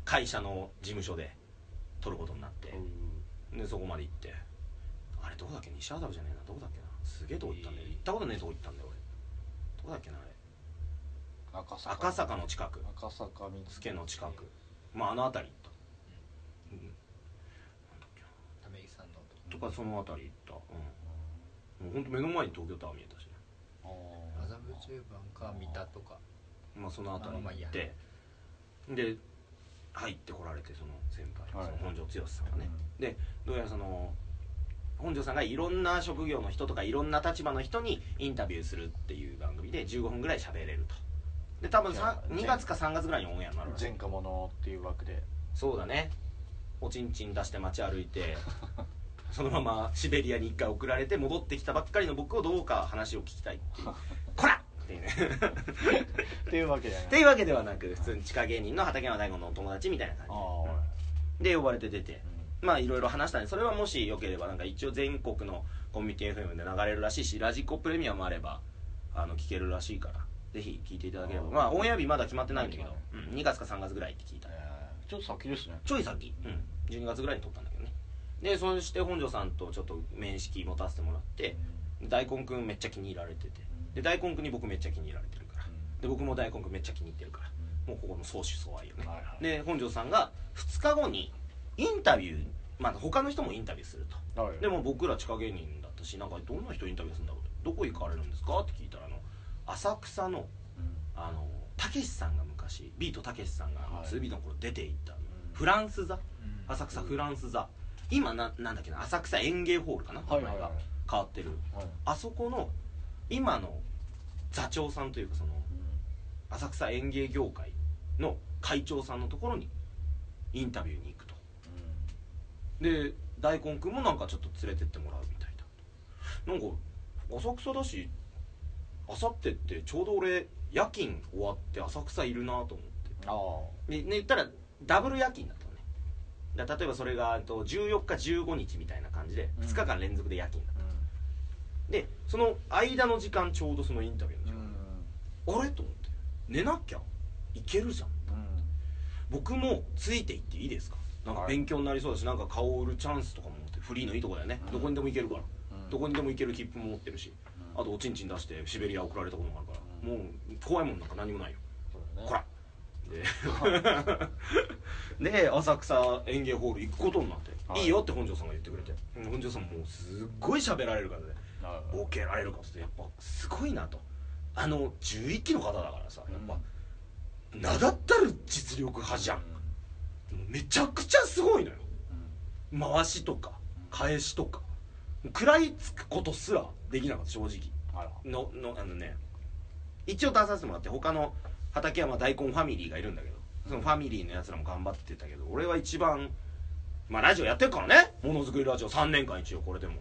Speaker 2: 会社の事務所で撮ることになって、でそこまで行ってあれどこだっけ西麻布じゃねえなどこだっけなすげえとこ行ったんだよ
Speaker 4: えー
Speaker 2: 行ったことねえとこ行ったんだよ俺どこだっけなあれ
Speaker 3: 赤坂
Speaker 2: 赤坂の近く
Speaker 3: 赤坂見つ
Speaker 2: 助の近くまああの辺り行った、うん
Speaker 4: ため息さんの
Speaker 2: と
Speaker 4: と
Speaker 2: かその辺り行ったうんもうほんと目の前に東京タワー見えたしね
Speaker 3: あー
Speaker 4: 麻布十番か三田とか
Speaker 2: まあその辺り
Speaker 4: まあまあいい
Speaker 2: 行
Speaker 4: や
Speaker 2: ってで入ってこられてその先輩、
Speaker 3: はい
Speaker 2: その本庄剛さんがね、でどうやらその本庄さんがいろんな職業の人とかいろんな立場の人にインタビューするっていう番組で15分ぐらい喋れるとで多分
Speaker 3: じゃあ
Speaker 2: 2月か3月ぐらいにオンエアになるらしい
Speaker 3: 前科者っていう枠で
Speaker 2: そうだねおちんちん出して街歩いてそのままシベリアに1回送られて戻ってきたばっかりの僕をどうか話を聞きたいっていう「こら!」っていうね
Speaker 3: っていうわけじゃない
Speaker 2: っていうわけではなく普通に地下芸人の畠山大悟のお友達みたいな感
Speaker 3: ああはい
Speaker 2: じで呼ばれて出てまあいろいろ話したんでそれはもしよければなんか一応全国のコミュニティ FM で流れるらしいしラジコプレミアムあればあの聞けるらしいからぜひ聞いていただければ
Speaker 3: あー
Speaker 2: まあオンエア日まだ決まってないんだけど
Speaker 3: まだ、
Speaker 2: うん、2月か3月ぐらいって聞いた
Speaker 3: えーちょっと先ですね
Speaker 2: ちょい先、うん、12月ぐらいに撮ったんだけどねでそして本庄さんとちょっと面識持たせてもらって大根くんめっちゃ気に入られててで大根くんに僕めっちゃ気に入られてるからで僕も大根くんめっちゃ気に入ってるからもうここの相思相愛よね
Speaker 3: はいはい
Speaker 2: で本庄さんが2日後にインタビューまあ他の人もインタビューすると
Speaker 3: はい
Speaker 2: でも僕ら地下芸人だったしなんかどんな人インタビューするんだろうとどこ行かれるんですかって聞いたらあの浅草の
Speaker 3: うん
Speaker 2: あのたけしさんが昔ビートたけしさんが
Speaker 3: はい
Speaker 2: 2ビートの頃出ていった、
Speaker 3: ん
Speaker 2: フランス座
Speaker 4: うん
Speaker 2: 浅草
Speaker 3: うん
Speaker 2: フランス座今ななんだっけな浅草園芸ホールかな名
Speaker 3: は
Speaker 2: 前
Speaker 3: いはい
Speaker 2: が
Speaker 3: は
Speaker 2: 変わってる
Speaker 3: いはい
Speaker 2: あそこの今の座長さんというかその浅草園芸業界の会長さんのところにインタビューに行くとで大根くんもなんかちょっと連れてってもらうみたいななんか浅草だしあさってってちょうど俺夜勤終わって浅草いるなと思っ
Speaker 3: ああ
Speaker 2: てで、ね、言ったらダブル夜勤だったのねだから例えばそれがえっと14日15日みたいな感じで
Speaker 3: うん
Speaker 2: 2日間連続で夜勤だった、でその間の時間ちょうどそのインタビューの時間、あれと思って寝なきゃいけるじゃん
Speaker 3: うん
Speaker 2: 僕もついていっていいですかなんか
Speaker 3: はい
Speaker 2: 勉強になりそうだしなんか顔を売るチャンスとかも持ってフリーのいいとこだよね
Speaker 3: うん
Speaker 2: どこにでも行けるから
Speaker 3: うん
Speaker 2: どこにでも行ける切符も持ってるし
Speaker 3: うん
Speaker 2: あとおちんちん出してシベリア送られたこともあるか
Speaker 3: う
Speaker 2: らもう怖いもんなんか何もないよ
Speaker 3: そうだね
Speaker 2: こら でで浅草園芸ホール行くことになって、
Speaker 3: はい
Speaker 2: い、いよって本庄さんが言ってくれて本庄さんもうすっごい喋られる方で
Speaker 3: なるほど
Speaker 2: ボケられる方でやっぱすごいなとあの11期の方だからさやっぱ、名だったる実力派じゃんめちゃくちゃすごいのよ回しとか返しとか食らいつくことすらできなかった正直
Speaker 3: あら
Speaker 2: ののあのね一応出させてもらって他の畑はまあ大根ファミリーがいるんだけどそのファミリーのやつらも頑張ってたけど俺は一番まあラジオやってるからねものづくりラジオ3年間一応これでも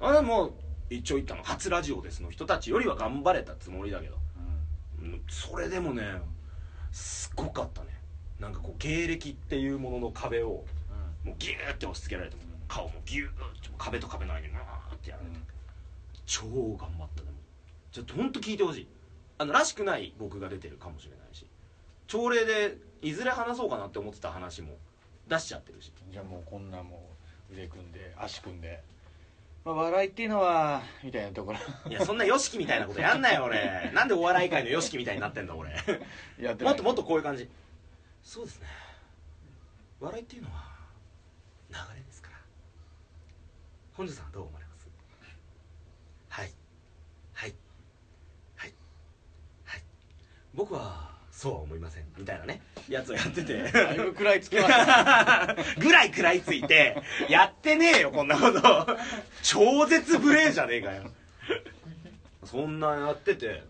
Speaker 2: あでも一応言ったの初ラジオですの人たちよりは頑張れたつもりだけどうんそれでもねすごかったねなんかこう芸歴っていうものの壁をもうギューって押し付けられてもう顔もギューってもう壁と壁の間にうーってやられて超頑張ったでもちょっと本当聞いてほしいあのらしくない僕が出てるかもしれないし朝礼でいずれ話そうかなって思ってた話も出しちゃってるし
Speaker 3: じゃあもうこんなもう腕組んで足組んで、まあ、笑いっていうのはみたいなところ
Speaker 2: いやそんな YOSHIKI みたいなことやんなよ俺なんでお笑い界の YOSHIKI みたいになってんだ俺
Speaker 3: やって
Speaker 2: も
Speaker 3: ない
Speaker 2: っともっとこういう感じそうですね笑いっていうのは流れですから本庄さんはどう思われますはいはいはいはい僕はそうは思いませんみたいなねやつをやってて
Speaker 3: だいぶ食らいつきましたね
Speaker 2: ぐらい食らいついてやってねえよこんなこと超絶無礼じゃねえかよそんなやってて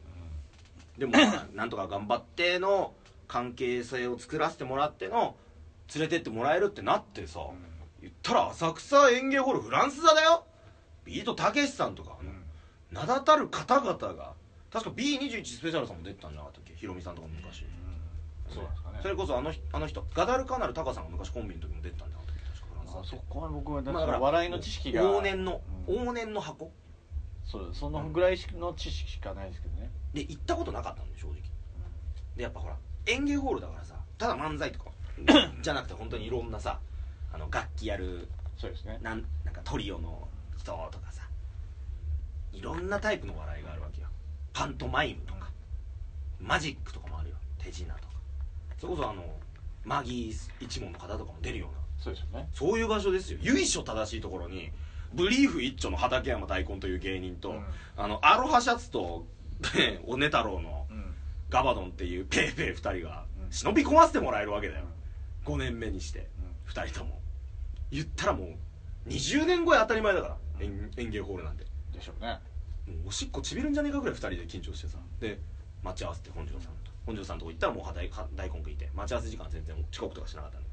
Speaker 2: でもまあなんとか頑張っての関係性を作らせてもらっての連れてってもらえるってなってさ、言ったら浅草園芸ホールフランス座だよビートたけしさんとか、あの名だたる方々が確か B21 スペシャルさんも出てたんじゃなかったっけヒロミさんとかも昔、
Speaker 3: そうなんですかね
Speaker 2: それこそあの人あの人ガダルカナルタカさんが昔コンビの時も出てたんだなと思って確かフランス
Speaker 3: ま
Speaker 2: だ
Speaker 3: あ
Speaker 2: って
Speaker 3: そこは僕はだ
Speaker 2: ま
Speaker 3: か
Speaker 2: あ
Speaker 3: ら笑いの知識が
Speaker 2: 往年の、
Speaker 3: うん
Speaker 2: 往年の箱
Speaker 3: そうそのぐらいの知識しかないですけどね
Speaker 2: で行ったことなかったんで正直でやっぱほら演芸ホールだからさただ漫才とか じゃなくて本当にいろんなさあの楽器やる
Speaker 3: そうですね
Speaker 2: なんなんかトリオの人とかさいろんなタイプの笑いがあるわけよパントマイムとかマジックとかもあるよ手品とかそれこそあのマギー一門の方とかも出るような
Speaker 3: そうですよね
Speaker 2: そういう場所ですよ由緒正しいところにブリーフ一丁の畠山大根という芸人と、
Speaker 3: うん
Speaker 2: あのアロハシャツとおね太郎の
Speaker 3: うん
Speaker 2: ガバドンっていうペーペー2人が
Speaker 3: うん
Speaker 2: 忍び込ませてもらえるわけだよ5年目にして2人とも言ったらもう20年後や当たり前だから、園園芸ホールなんて
Speaker 3: でしょうね
Speaker 2: もうおしっこちびるんじゃねえかぐらい2人で緊張してさで待ち合わせて本庄さんと本庄さんとこ行ったらもうはたいは大根食いて待ち合わせ時間全然遅刻とかしなかったんで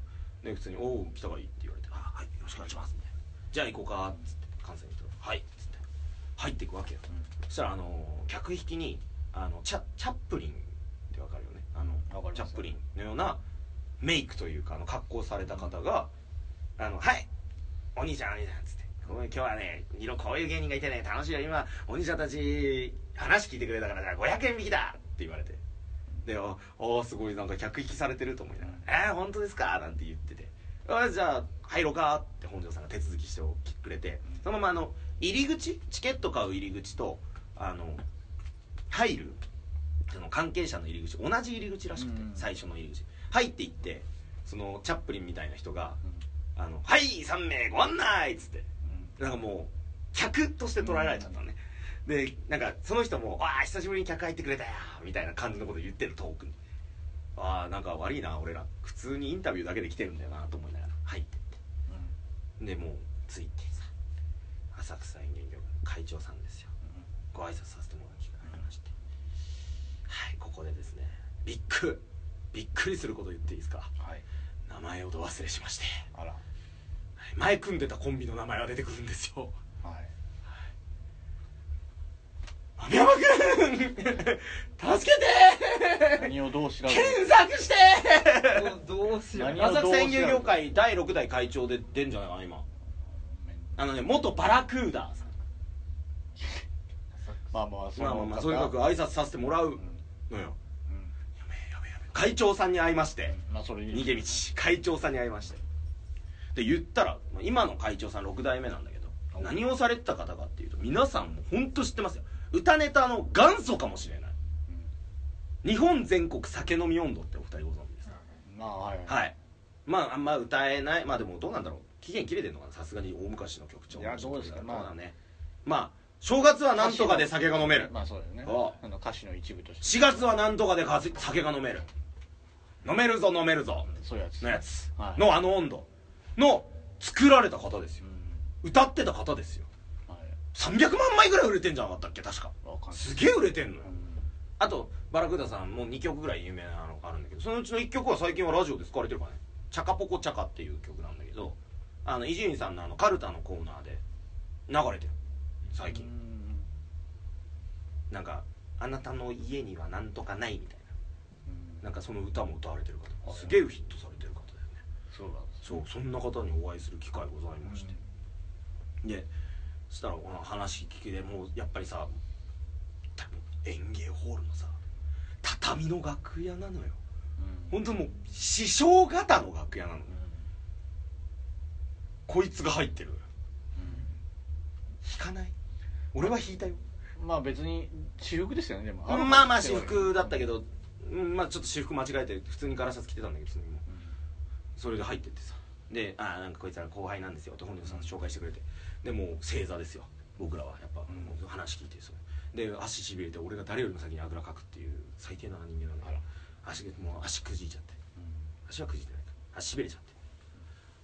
Speaker 2: で普通に「おお来たがいい」って言われて「あはいよろしくお願いします」みたいな「じゃあ行こうか」っつって関西の人が「はい」っつって入っていくわけよ、そしたらあのー客引きにあのチャチャップリンってわかるよねあの
Speaker 3: わかります
Speaker 2: チャップリンのようなメイクというかあの格好された方が「あのはいお兄ちゃんお兄ちゃん」っつって「ごめん今日はね色こういう芸人がいてね楽しいよ今お兄ちゃんたち話聞いてくれたからじゃあ500円引きだ!」って言われてで「ああーすごいなんか客引きされてる」と思いながら「えー、本当ですか?」なんて言ってて「あじゃあ入ろうか」って本庄さんが手続きしてくれてそのままあの入り口チケット買う入り口とあの入るその関係者の入り口同じ入り口らしくて、
Speaker 3: うん
Speaker 2: 最初の入り口入っていってそのチャップリンみたいな人が「あのはい3名ご案内!」っつってなんかもう客として捉えられちゃったのね、でなんかその人も「わあ久しぶりに客入ってくれたよ」みたいな感じのこと言ってる遠くにああなんか悪いな俺ら普通にインタビューだけで来てるんだよなと思いながら入ってってでもうついてさ浅草園芸業の会長さんですよご挨拶させてもらう機会がありましてはいここでですねびっくびっくりすること言っていいですか
Speaker 3: はい
Speaker 2: 名前をど忘れしまして
Speaker 3: あら
Speaker 2: はい前組んでたコンビの名前が出てくるんですよ
Speaker 3: はい
Speaker 2: 網山くん 助けて
Speaker 3: 何をどう調べる
Speaker 2: 検索して
Speaker 4: ど うしよ
Speaker 3: 何
Speaker 4: う
Speaker 3: を
Speaker 2: 浅草園芸業界第6代会長で出んじゃないかな今あのね元バラクーダーさん
Speaker 3: まあまあそ
Speaker 2: まあまあ
Speaker 3: の
Speaker 2: まあとにかく挨拶させてもらう
Speaker 3: うん
Speaker 2: のよ
Speaker 3: うん
Speaker 2: 会長さんに会いまして
Speaker 3: まあそれに
Speaker 2: 逃げ道会長さんに会いましてで言ったらまあ今の会長さん6代目なんだけど
Speaker 3: お
Speaker 2: 何をされてた方かっていうと皆さんも本当知ってますよ歌ネタの元祖かもしれない日本全国酒飲み温度ってお二人ご存知ですか
Speaker 3: まあはい
Speaker 2: はいまああんま歌えないまあでもどうなんだろう期限切れてんのかなさすがに大昔の曲調
Speaker 3: いやどうですか
Speaker 2: まあ
Speaker 3: まあ
Speaker 2: だねまあ正月はなんとかで酒が飲める
Speaker 3: まあそうだよね
Speaker 2: お
Speaker 3: あの歌詞の一部として
Speaker 2: 4月はなんとかでかぜ酒が飲める飲めるぞ飲めるぞ
Speaker 3: そういうやつ
Speaker 2: のやつ
Speaker 3: はい
Speaker 2: のあの温度の作られた方です
Speaker 3: う
Speaker 2: よ
Speaker 3: ん
Speaker 2: 歌ってた方ですよ
Speaker 3: はい
Speaker 2: 300万枚ぐらい売れてんじゃなかったっけ確か
Speaker 3: わかんない
Speaker 2: すげえ売れてんのよ
Speaker 3: うん
Speaker 2: あとバラクーダさんもう2曲ぐらい有名なのがあるんだけどそのうちの1曲は最近はラジオで使われてるからね「チャカポコチャカ」っていう曲なんだけどあの伊集院さんのあのカルタのコーナーで流れてる最近なんか「あなたの家にはなんとかない」みたい
Speaker 3: うん
Speaker 2: ななんかその歌も歌われてる方
Speaker 3: あ
Speaker 2: すげえヒットされてる方だよね
Speaker 3: そうなんです
Speaker 2: そうそんな方にお会いする機会ございまして、でそしたらこの話聞きでもうやっぱりさ多分演芸ホールのさ畳の楽屋なのよ
Speaker 3: うん
Speaker 2: 本当もう師匠方の楽屋なのこいつが入ってる弾かない俺は弾いたよ
Speaker 3: うんまあ別に私服ですよねでも
Speaker 2: まあ
Speaker 3: の
Speaker 2: まあ私服だったけど、うんまあちょっと私服間違えて普通にガラシャツ着てたんだけどその時も
Speaker 3: う
Speaker 2: それで入ってってさで「ああなんかこいつら後輩なんですよ」って本人さん紹介してくれてでもう正座ですよ僕らはやっぱ、
Speaker 3: ん
Speaker 2: もう話聞いてそれで足しびれて俺が誰よりも先にあぐらかくっていう最低な人間なんだから足もう足くじいちゃって
Speaker 3: ん
Speaker 2: 足はくじいてないか足しびれちゃって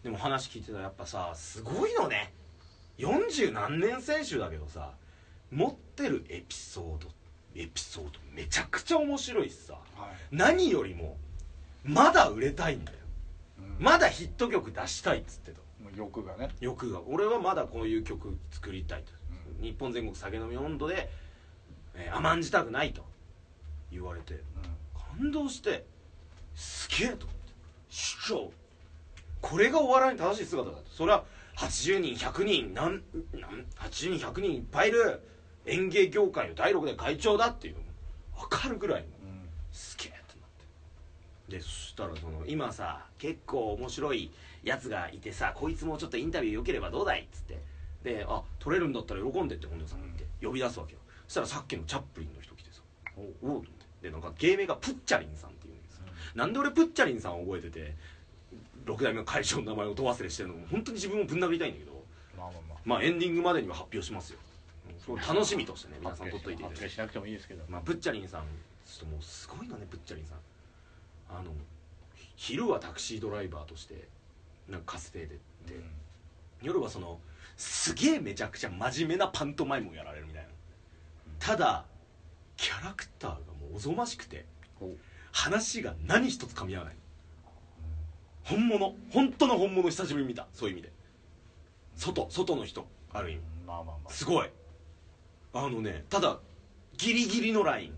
Speaker 2: でも話聞いてたらやっぱさすごいのね40何年選手だけどさ持ってるエピソードエピソードめちゃくちゃ面白いしさ
Speaker 3: はい
Speaker 2: 何よりもまだ売れたいんだよ
Speaker 3: うん
Speaker 2: まだヒット曲出したいっつってた
Speaker 3: もう欲がね
Speaker 2: 欲が俺はまだこういう曲作りたいと、日本全国酒飲み温度で、えー甘んじたくないと言われて感動してすげえと思って市長これがお笑いの正しい姿だとそれは80人100人なんなん80人100人いっぱいいる演芸業界の第6代会長だっていうのも分かるぐらいの
Speaker 3: うん
Speaker 2: すげえってなってでそしたらその今さ結構面白いやつがいてさこいつもちょっとインタビューよければどうだいっつってであ取れるんだったら喜んでって本田さんが言って呼び出すわけよそしたらさっきのチャップリンの人来てさおおうと思ってでなんか芸名がプッチャリンさんっていうんですよなんで俺プッチャリンさんを覚えてて6代目の会長の名前をど忘れしてるのも本当に自分をぶん殴りたいんだけど
Speaker 3: まあまあまあ
Speaker 2: まあエンディングまでには発表しますようん楽しみとしてね皆さん取っといていただいて
Speaker 3: 発表しなくてもいいですけど
Speaker 2: まあ、ブッチャリンさんちょっともうすごいのねブッチャリンさんあのひ昼はタクシードライバーとしてなんかカスペでって、夜はそのすげえめちゃくちゃ真面目なパントマイムをやられるみたいなただキャラクターがもうおぞましくて
Speaker 3: ほ
Speaker 2: 話が何一つ噛み合わない本物本当の本物久しぶりに見たそういう意味で外外の人ある意味
Speaker 3: うんまあまあまあ
Speaker 2: すごいあのねただギリギリのライン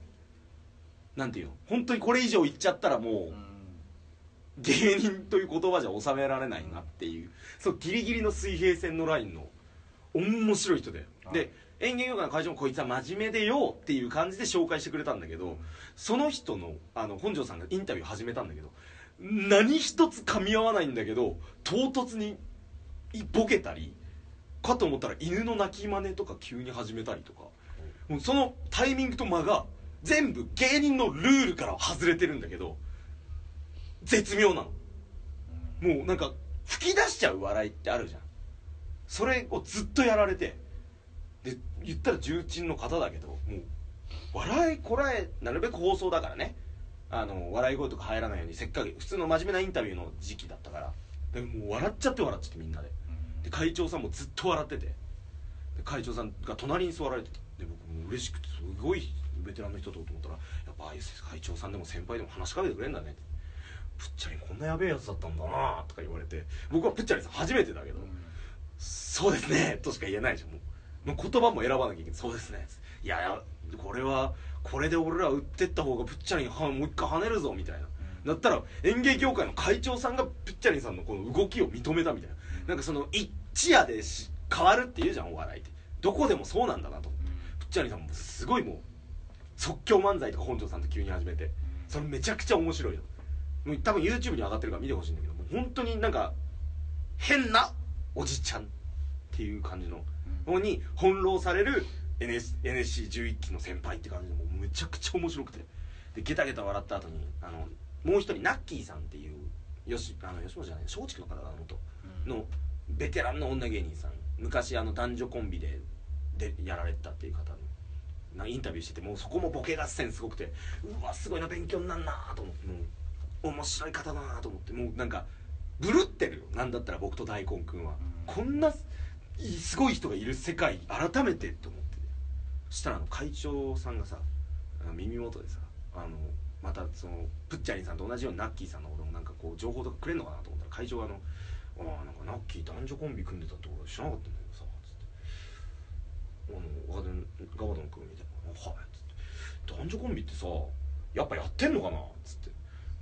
Speaker 2: なんていうの本当にこれ以上言っちゃったらもう
Speaker 3: うん
Speaker 2: 芸人という言葉じゃ収められないなっていうそうギリギリの水平線のラインの面白い人で
Speaker 3: はい
Speaker 2: で演芸業界の会長もこいつは真面目でよっていう感じで紹介してくれたんだけどその人のあの本庄さんがインタビュー始めたんだけど何一つ噛み合わないんだけど唐突にボケたりかと思ったら犬の鳴き真似とか急に始めたりとかもうそのタイミングと間が全部芸人のルールから外れてるんだけど絶妙なのもうなんか吹き出しちゃう笑いってあるじゃんそれをずっとやられてで言ったら重鎮の方だけどもう笑いこらえなるべく放送だからねあの笑い声とか入らないようにせっかく普通の真面目なインタビューの時期だったからでもう笑っちゃって笑っちゃってみんなでで会長さんもずっと笑っててで会長さんが隣に座られてたで僕もう嬉しくてすごいベテランの人とと思ったらやっぱああいう会長さんでも先輩でも話しかけてくれるんだねって「プッチャリンこんなやべえやつだったんだな」とか言われて僕はプッチャリンさん初めてだけど「そうですね」としか言えないじゃんもうもう言葉も選ばなきゃいけない「そうですね」いやいやこれはこれで俺ら売ってった方がプッチャリンはもう一回跳ねるぞ」みたいなだったら演芸業界の会長さんがプッチャリンさんのこの動きを認めたみたいななんかその一夜でし変わるって言うじゃんお笑いってどこでもそうなんだなと思ってプッチャリンさんもすごいもう即興漫才とか本庄さんと急に始めてそれめちゃくちゃ面白いのもう多分 YouTube に上がってるから見てほしいんだけどもう本当になんか変なおじちゃんっていう感じののに翻弄される NS NSC11 期の先輩って感じでもうむちゃくちゃ面白くてでゲタゲタ笑った後にあのもう一人ナッキーさんっていう吉あの吉本じゃない松竹の方だな元のベテランの女芸人さん昔あの男女コンビででやられてたっていう方のなインタビューしててもうそこもボケ合戦すごくてうわすごいな勉強になんなと思ってもう面白い方だなと思ってもうなんかブルってるよなんだったら僕と大根くんは、こんないすごい人がいる世界改めてと思ってそしたらあの会長さんがさあの耳元でさあのまたそのプッチャリンさんと同じようにナッキーさんのこともなんかこう情報とかくれんのかなと思ったら会長があの「ああなんかナッキー男女コンビ組んでたって俺知らなかったんだけどさ」つってあのガバドンガバドン君みたいな「はい」っつって「男女コンビってさやっぱやってんのかな?」っつって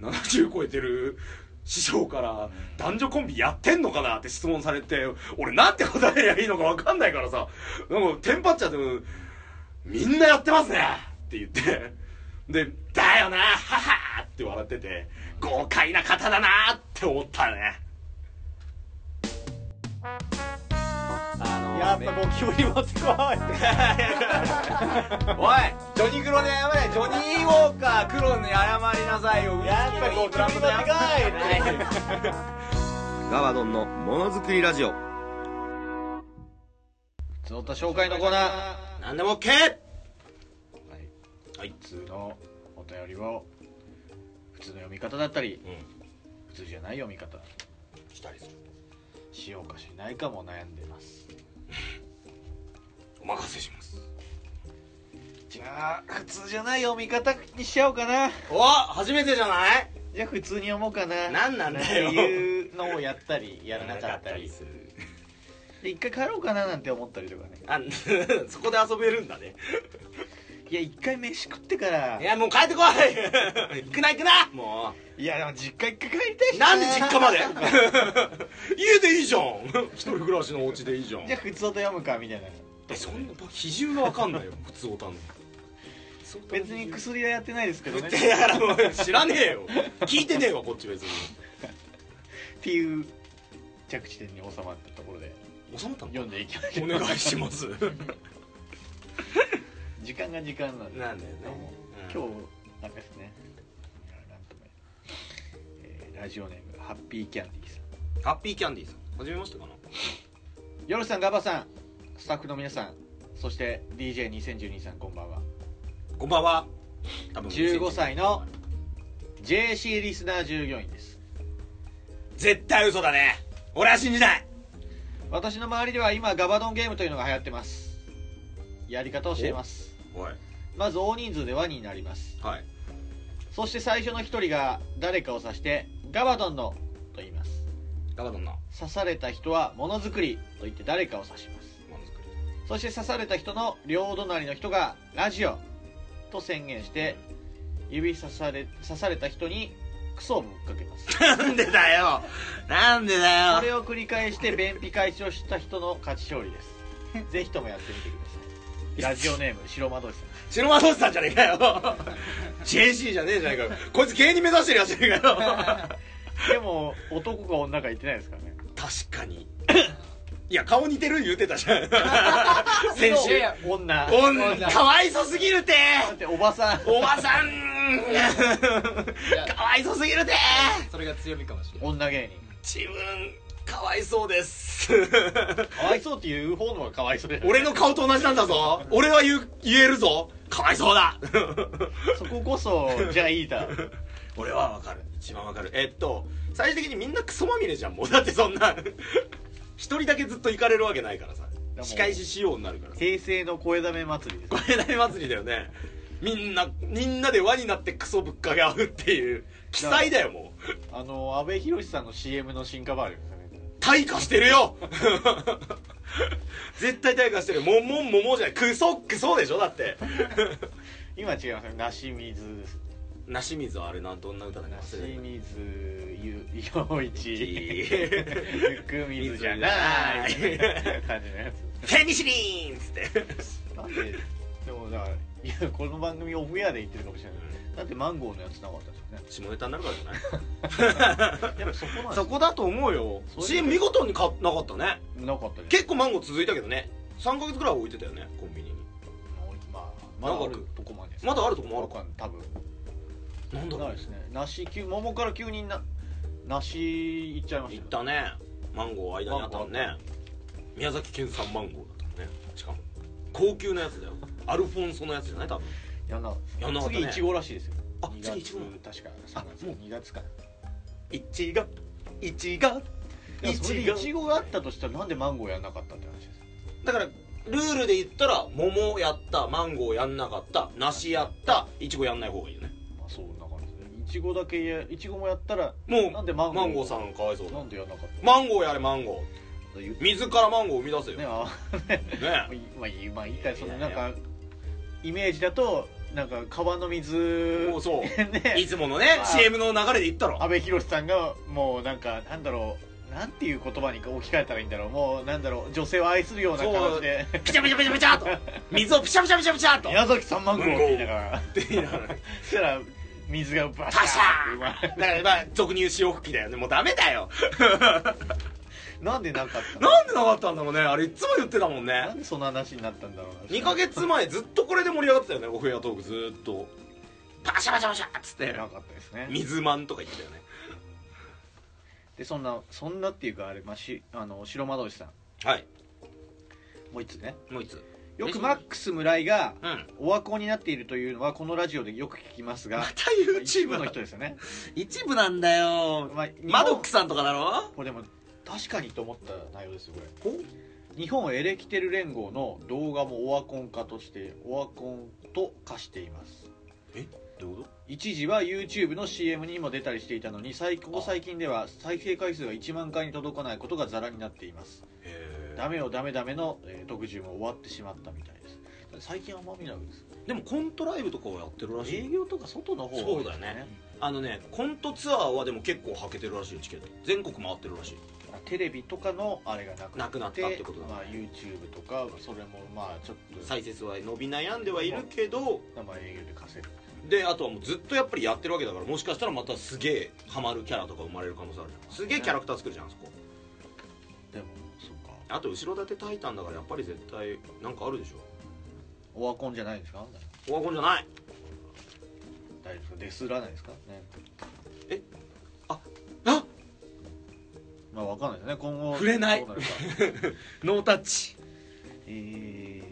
Speaker 2: 70超えてる師匠から「男女コンビやってんのかな?」って質問されて俺なんて答えりゃいいのか分かんないからさなんかテンパっちゃって「みんなやってますね!」って言ってで「だよなはは!」って笑ってて豪快な方だなって思ったね
Speaker 3: やっぱゴキブリ持ってこ
Speaker 5: おいジョニー・クロに謝れジョニー・ウォーカー・クロに謝りなさいよ
Speaker 3: いやっぱゴキブリ持ってこい
Speaker 5: ガバドンのものづくりラジオ
Speaker 3: その他紹介のコーナー
Speaker 2: 何でも OK! はいはい
Speaker 3: 普通のお便りを普通の読み方だったり、普通じゃない読み方
Speaker 2: したりする
Speaker 3: しようかしないかも悩んでます
Speaker 2: お任せします
Speaker 3: じゃあ普通じゃない読み方にしちゃおうかな
Speaker 2: お初めてじゃない
Speaker 3: じゃあ普通に読もうかな
Speaker 2: なんなんだよ
Speaker 3: っていうのをやったりやらなかったり
Speaker 2: する
Speaker 3: で一回帰ろうかななんて思ったりとかね
Speaker 2: あそこで遊べるんだね
Speaker 3: いや一回飯食ってから
Speaker 2: いやもう帰ってこい行くな行くなも
Speaker 3: いやでも実家一回帰りたいし
Speaker 2: うなんで実家まで 家でいいじゃん一人暮らしのお家でいいじゃん
Speaker 3: じゃあ普通と読むかみたいな
Speaker 2: えそんな比重がわかんないよ普通おたの
Speaker 3: 別に薬はやってないですけどね
Speaker 2: いやだからもう知らねえ よ聞いてねえわこっち別に
Speaker 3: っていう着地点に収まったところで
Speaker 2: 収まったの
Speaker 3: 読んでいきましょ
Speaker 2: お
Speaker 3: う
Speaker 2: 願いします
Speaker 3: 時間が時間なんで
Speaker 2: なんだよね
Speaker 3: どうも
Speaker 2: うん
Speaker 3: 今日あれですねなんとも言えないえーラジオネームハッピーキャンディーさん
Speaker 2: ハッピーキャンディーさん初めましてかな
Speaker 3: ヨルさんガバさんスタッフの皆さんそして DJ2012 さんこんばんは
Speaker 2: こんばんは多分
Speaker 3: 15歳の JC リスナー従業員です
Speaker 2: 絶対嘘だね俺は信じない
Speaker 3: 私の周りでは今ガバドンゲームというのが流行ってますやり方を教えます
Speaker 2: おい
Speaker 3: まず大人数で輪になります
Speaker 2: はい
Speaker 3: そして最初の一人が誰かを指してガバドンのと言います
Speaker 2: ガバドンの
Speaker 3: 刺された人はものづくりと言って誰かを指します
Speaker 2: ものづくり
Speaker 3: そして刺された人の両隣の人がラジオと宣言して指刺され刺された人にクソをぶっかけます
Speaker 2: なんでだよなんでだ
Speaker 3: これを繰り返して便秘解消した人の勝ち勝利です ぜひともやってみてくださ いラジオネーム白魔道士さん
Speaker 2: 白魔道士さんじゃねえかよ JC じゃねえじゃねえかよこいつ芸人目指してるやつじゃねえかよ
Speaker 3: でも男か女か言ってないですから ね
Speaker 2: 確かにいや顔似てる言うてたじゃ ん先
Speaker 3: いや
Speaker 2: 週
Speaker 3: いや女
Speaker 2: おんかわいそすぎるて
Speaker 3: だっておばさん
Speaker 2: おばさん
Speaker 4: や
Speaker 2: かわいそすぎるて
Speaker 4: それが強みかもしれない
Speaker 3: 女芸人
Speaker 2: 自分かわいそうです
Speaker 3: かわいそうっていう方の方がかわいそうで
Speaker 2: 俺の顔と同じなんだぞ俺は言う言えるぞかわいそうだ
Speaker 3: そここそじゃあいい だ
Speaker 2: 俺はわかる一番わかるえっと最終的にみんなクソまみれじゃんもうだってそんな一人だけずっと行かれるわけないからさ
Speaker 3: も
Speaker 2: 仕返ししようになるからさ
Speaker 3: 平成の声だめ祭りです
Speaker 2: これ大祭りだよねみんなみんなで輪になってクソぶっかけ合うっていう奇才だよもう
Speaker 3: あの阿部寛さんの CM の進化バージョンですよね
Speaker 2: 退化してるよ 絶対退化してるもんもんももじゃないクソクソでしょだって
Speaker 3: 今違いますねなし水です
Speaker 2: なし水はあれなどんな歌だか
Speaker 3: なし
Speaker 2: 忘れた
Speaker 3: 水ゆ陽一ゆっく水じゃない感じのやつ
Speaker 2: ペニシリンっつって
Speaker 3: なんででもだからいやこの番組オフエアで言ってるかもしれないだってマンゴーのやつなかったですよ
Speaker 2: 下
Speaker 3: ね
Speaker 2: ネタになるからじゃない
Speaker 3: やっぱそこなんで す
Speaker 2: そこだと思うよ
Speaker 3: そういう
Speaker 2: CM 見事に買っなかったね
Speaker 3: なかった
Speaker 2: 結構マンゴー続いたけどね3ヶ月ぐらいは置いてたよねコンビニに
Speaker 3: 構まあまだあるとこまで
Speaker 2: まだあるとこもある
Speaker 3: か多分
Speaker 2: なんだろう
Speaker 3: ないですね梨急桃から急にな梨行っちゃいまし
Speaker 2: 行ったた
Speaker 3: よ
Speaker 2: ねマンゴー間にあったのね宮崎県産マンゴーだったのねしかも高級なやつだよアルフォンソのやつじゃない多分
Speaker 3: やんな
Speaker 2: やんなかったね
Speaker 3: 次いちごらしいですよ
Speaker 2: あ
Speaker 3: 2
Speaker 2: 次い
Speaker 3: 月
Speaker 2: ちご
Speaker 3: 確か
Speaker 2: あ
Speaker 3: 3月
Speaker 2: もう
Speaker 3: 2月か
Speaker 2: いちごいちご
Speaker 3: いやそれでい
Speaker 2: い
Speaker 3: ち
Speaker 2: ち
Speaker 3: ごがあったとしたらなんでマンゴーやんなかったって話です
Speaker 2: だからルールで言ったら桃やったマンゴーやんなかった梨やったいちごやんない方がいいよね
Speaker 3: まあそうな感じですねいちごだけやいちごもやったら
Speaker 2: もう
Speaker 3: なんでマンゴー
Speaker 2: マンゴーさんかわいそうだ
Speaker 3: なんでやんなかった
Speaker 2: マンゴーやれマンゴ
Speaker 3: 言っ
Speaker 2: ー水からマンゴー生み出せよ
Speaker 3: ね
Speaker 2: ね
Speaker 3: あまあいいまあいいかそのなん
Speaker 2: いや
Speaker 3: かイメージだとなんか川の水
Speaker 2: もうそうい
Speaker 3: ね
Speaker 2: つものね
Speaker 3: まあ
Speaker 2: CM の流れで言った
Speaker 3: 阿
Speaker 2: ら
Speaker 3: 部寛さんがもうなんかなんだろうなんていう言葉に置き換えたらいいんだろうもうなんだろう女性を愛するような形で
Speaker 2: ピチャピチャピチャピチャっ と水をピチャピチャピチャピチャっと
Speaker 3: 宮崎さんマンゴーって言いながら
Speaker 2: って言いながらね
Speaker 3: そしたら水がバシ
Speaker 2: パシ
Speaker 3: ャー
Speaker 2: ャ
Speaker 3: って
Speaker 2: ーだからまあ俗に言う潮吹きだよねもうダメだよ
Speaker 3: なんでなかったの
Speaker 2: なんでなかったんだろうねあれいつも言ってたもん
Speaker 3: な
Speaker 2: ね
Speaker 3: んでそんな話になったんだろうな
Speaker 2: 2ヶ月前ずっとこれで盛り上がってたよねオフエアトークずーっとパシャパシャパシャっつって
Speaker 3: なかったですね
Speaker 2: 水マンとか言ってたよね
Speaker 3: でそんなそんなっていうかあれ、まあ、しあの白魔道士さん
Speaker 2: はい
Speaker 3: もう一つね
Speaker 2: もういつ
Speaker 3: よくマックス村井が
Speaker 2: うん
Speaker 3: オワコンになっているというのはこのラジオでよく聞きますが
Speaker 2: また
Speaker 3: 一
Speaker 2: YouTube
Speaker 3: 部の
Speaker 2: の
Speaker 3: 人ですよ ね、
Speaker 2: 一部なんだよ
Speaker 3: まあ、
Speaker 2: マドック
Speaker 3: ス
Speaker 2: さんとかだろ
Speaker 3: これでも確かにと思った内容ですよこれ
Speaker 2: お
Speaker 3: 日本エレキテル連合の動画もオワコン化としてオワコンと化しています
Speaker 2: どういうこ
Speaker 3: 一時は YouTube の CM にも出たりしていたのに最ここ最近では再生回数が1万回に届かないことがザラになっています
Speaker 2: とへ
Speaker 3: ダメよダメダメの、えー特集も終わってしまったみたいです最近あんま見ないです
Speaker 2: えでもコントライブとかをやってるらし
Speaker 3: 営
Speaker 2: い
Speaker 3: 業とか外の方が多いです
Speaker 2: そうだよねあのねコントツアーはでも結構はけてるらしいチケット全国回ってるらしい
Speaker 3: テレビとかのあれがなく
Speaker 2: なくなったってことだね
Speaker 3: まあ、YouTube とかそれもまあちょっと
Speaker 2: 再生数は伸び悩んではいるけど
Speaker 3: まあ営業で稼ぐ
Speaker 2: であとはもうずっとやっぱりやってるわけだからもしかしたらまたすげえハマるキャラとか生まれる可能性あるじゃんすげえキャラクター作るじゃんあそこ
Speaker 3: でもそうか
Speaker 2: あと後ろ盾タイタンだからやっぱり絶対なんかあるでしょ
Speaker 3: オワコンじゃないですか
Speaker 2: オワコンじゃない
Speaker 3: 大丈夫ですかデスらないですかね
Speaker 2: あ
Speaker 3: まあわかんないですね今後
Speaker 2: 触れない
Speaker 3: どうるか
Speaker 2: ノータッチ
Speaker 3: え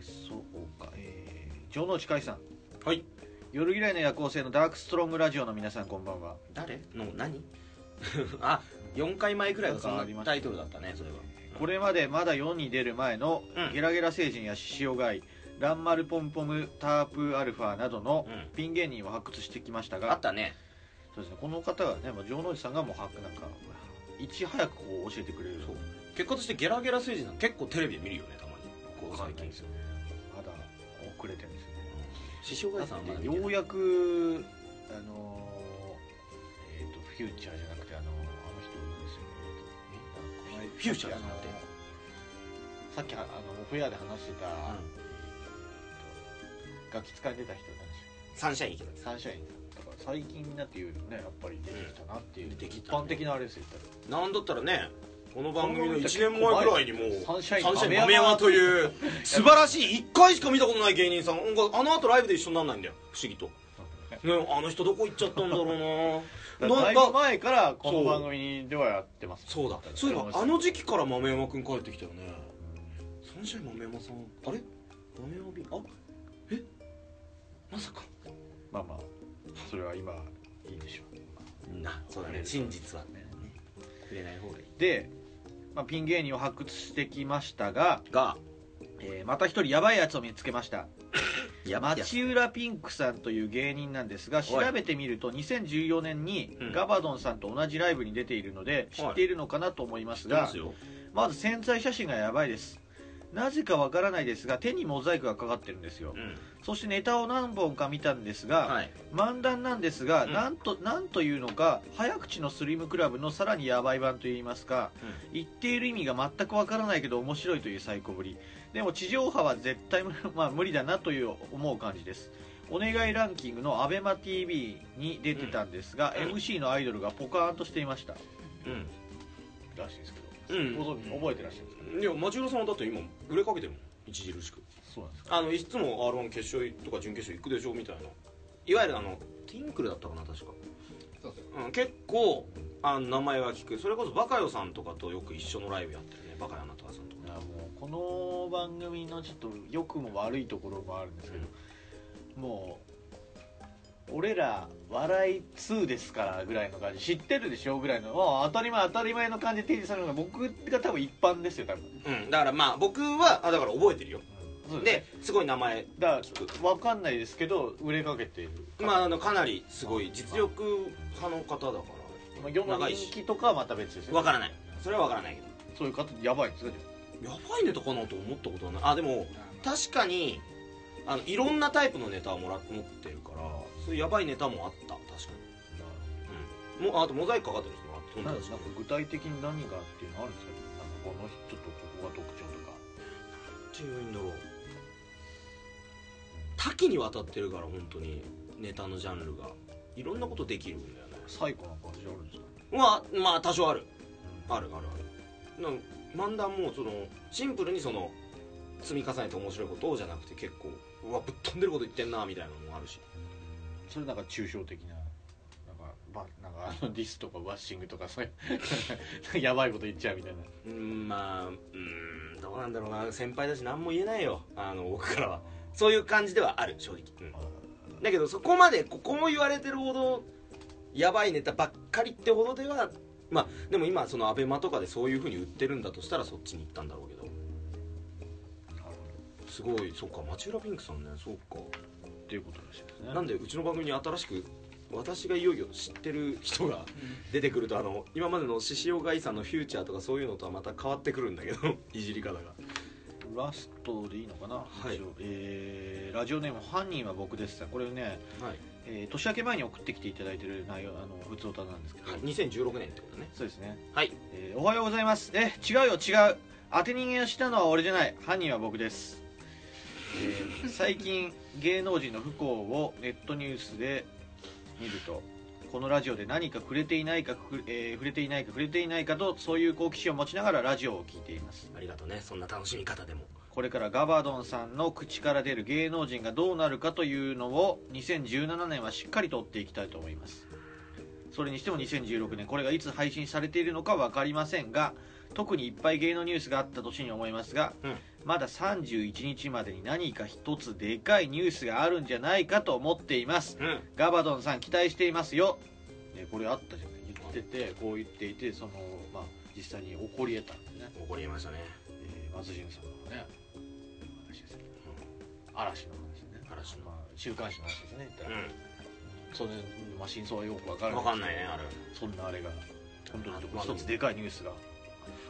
Speaker 3: ー、そうかえー、城之内海さん
Speaker 2: はい
Speaker 3: 夜嫌いの夜行性のダークストロングラジオの皆さんこんばんは
Speaker 2: 誰の何 あ4回前くらいがそん
Speaker 3: なんか
Speaker 2: な
Speaker 3: ありました
Speaker 2: タイトルだったねそれは
Speaker 3: これまでまだ世に出る前の
Speaker 2: うん
Speaker 3: ゲラゲラ星人や獅子王ガイランマルポンポムタープアルファなどの
Speaker 2: うん
Speaker 3: ピン芸人を発掘してきました
Speaker 2: あ
Speaker 3: が
Speaker 2: ったね
Speaker 3: そうですねこの方がね、まあ、城之内さんがもうはなんかいち早くこう教えてくれる
Speaker 2: そう結果としてゲラゲラ星人なんて結構テレビで見るよねたまにこう
Speaker 3: わか
Speaker 2: 最
Speaker 3: んない
Speaker 2: 近
Speaker 3: ですよねまだ遅れてるんですよね
Speaker 2: 師匠会さんはまだ
Speaker 3: だって
Speaker 2: 見て
Speaker 3: よ
Speaker 2: な
Speaker 3: う
Speaker 2: い
Speaker 3: やくあのーえっ、とフューチャーじゃなくてあのあの人なんですよね
Speaker 2: フューチャーじゃなくて
Speaker 3: さっきあのオフェアで話してた、
Speaker 2: うん
Speaker 3: ガキ使い出た人なんですよ
Speaker 2: サンシャイン池崎
Speaker 3: サンシャインだから最近になって言うとねやっぱり出てきたなっていう、
Speaker 2: 出てき
Speaker 3: 一
Speaker 2: たね
Speaker 3: 般的なあれですよ言ったら
Speaker 2: なんだったらねこの番組の1年前ぐらいにもう
Speaker 3: サンシャイン
Speaker 2: サンシャイン
Speaker 3: 豆
Speaker 2: 豆
Speaker 3: 山
Speaker 2: 山という素晴らしい1回しか見たことない芸人さんあのあとライブで一緒にならないんだよ不思議と、ね、あの人どこ行っちゃったんだろ うな
Speaker 3: だ
Speaker 2: なん
Speaker 3: いぶ
Speaker 2: か
Speaker 3: 前からこの
Speaker 2: そう
Speaker 3: 番組ではやってます
Speaker 2: そうだそういえばあの時期から豆山くん帰ってきたよねサンシャイン豆山さんあれ豆山便あえまさか
Speaker 3: まあまあそれは今いいでしょう
Speaker 2: なそうだね真実はね触れない方がいい
Speaker 3: で、まあ、ピン芸人を発掘してきましたが、
Speaker 2: が
Speaker 3: えーまた一人ヤバいやつを見つけました
Speaker 2: やばいやつ
Speaker 3: 町浦ピンクさんという芸人なんですが調
Speaker 2: おい
Speaker 3: べてみると2014年に
Speaker 2: うん
Speaker 3: ガバドンさんと同じライブに出ているので知っているのかなと思います
Speaker 2: 出ま
Speaker 3: が
Speaker 2: すよ
Speaker 3: まず潜在写真がやばいですなぜかわからないですが手にモザイクがかかってるんですよ、
Speaker 2: うん
Speaker 3: そしてネタを何本か見たんですが、
Speaker 2: はい
Speaker 3: 漫談なんですが、
Speaker 2: うん
Speaker 3: なんとなんというのか早口のスリムクラブのさらにヤバい版といいますか、言っている意味が全くわからないけど面白いという最高ぶりでも地上波は絶対、 まあ、無理だなという思う感じですお願いランキングの ABEMATV に出てたんですが、
Speaker 2: うん
Speaker 3: MC のアイドルがポカーンとしていました
Speaker 2: うん
Speaker 3: らしいですけ
Speaker 2: う
Speaker 3: ど、
Speaker 2: ん
Speaker 3: ご存知覚えてらっしゃるんですか
Speaker 2: いや町浦さんはだって今売れかけてるもん著しく
Speaker 3: そうなんですか
Speaker 2: あのいつも r 1決勝とか準決勝行くでしょみたいないわゆるあのティンクルだったかな確か、
Speaker 4: そうそう
Speaker 2: うん、結構あの名前は聞くそれこそバカヨさんとかとよく一緒のライブやってるねバカヨあなたはさんとか
Speaker 3: いやもうこの番組のちょっと良くも悪いところもあるんですけど、もう俺ら笑い2ですからぐらいの感じ知ってるでしょぐらいのもう当たり前当たり前の感じで提示されるのが僕が多分一般ですよ多分
Speaker 2: うんだからまあ僕はあだから覚えてるよ
Speaker 3: そうですね
Speaker 2: ですごい名前
Speaker 3: だから分かんないですけど売れかけている
Speaker 2: まああのかなりすごい実力派の方だか
Speaker 3: まあ世の
Speaker 2: 長いし
Speaker 3: 人気とかはまた別です
Speaker 2: ら
Speaker 3: よ
Speaker 2: わからないそれはわからないけ
Speaker 3: そういう方やばいですね
Speaker 2: どやばいネタかなと思ったことはないあでも確かにあのいろんなタイプのネタをもら持ってるからそういうやばいネタもあった確かに、うん、もうああとモザイクかかってるんですよ
Speaker 3: な
Speaker 2: あ
Speaker 3: ん
Speaker 2: と
Speaker 3: か
Speaker 2: 確か
Speaker 3: 具体的に何がっていうのあるんですかなんかこの人ちょっとここが特徴とか
Speaker 2: っていうんだろう多岐にわたってるから本当にネタのジャンルがいろんなことできるんだよね
Speaker 3: 最高な感じあるんですか
Speaker 2: まあまあ多少あるあるあるあるなん漫談もそのシンプルにその積み重ねて面白いことをじゃなくて結構うわぶっ飛んでること言ってんなみたいなのもあるし
Speaker 3: それなんか抽象的ななんかばなんかあのディスとかバッシングとかそういうやばいこと言っちゃうみ たいな
Speaker 2: うんまあうんどうなんだろうな先輩だし何も言えないよあの僕からはそういう感じではある正直、うんだけどそこまでここも言われてるほどやばいネタばっかりってほどではまあでも今そのアベマとかでそういうふうに売ってるんだとしたらそっちに行ったんだろうけどすごいそうか町浦ピンクさんねそうか
Speaker 3: っていうことらしいですね
Speaker 2: なんでうちの番組に新しく私がいよいよ知ってる人が出てくるとあの今までの獅子王がいさんのフューチャーとかそういうのとはまた変わってくるんだけ どいじり方が
Speaker 3: ラストでいいのかな、
Speaker 2: い
Speaker 3: 一応えーラジオネーム「犯人は僕です」これね、
Speaker 2: はい、
Speaker 3: えー年明け前に送ってきていただいてる内容あの普通歌なんですけど、
Speaker 2: はい、2016年ってことね
Speaker 3: そうですね、
Speaker 2: はい
Speaker 3: えーおはようございますえ違うよ違う当て逃げをしたのは俺じゃない犯人は僕です、えー最近芸能人の不幸をネットニュースで見るとこのラジオで何か触れていないか、ふえー触れていないか触れていないかとそういう好奇心を持ちながらラジオを聞いています
Speaker 2: ありがとうねそんな楽しみ方でも
Speaker 3: これからガバドンさんの口から出る芸能人がどうなるかというのを2017年はしっかりと追っていきたいと思いますそれにしても2016年これがいつ配信されているのか分かりませんが特にいっぱい芸能ニュースがあった年に思いますが、
Speaker 2: うん
Speaker 3: まだ31日までに何か一つでかいニュースがあるんじゃないかと思っています
Speaker 2: うん
Speaker 3: ガバドンさん期待していますよ、ね、これあったじゃない言っててこう言っていてそのまあ実際に起こり得たんですね
Speaker 2: 怒りましたね
Speaker 3: えー、松潤さんのね話ですね、嵐の話ね
Speaker 2: 嵐の
Speaker 3: まあ、週刊誌の話ですね言ったら、
Speaker 2: う
Speaker 3: それ、まあ、真相はよくわから
Speaker 2: ん
Speaker 3: ない
Speaker 2: 分かんないねあれ
Speaker 3: そんなあれが本当に
Speaker 2: まあ
Speaker 3: 一つでかいニュースが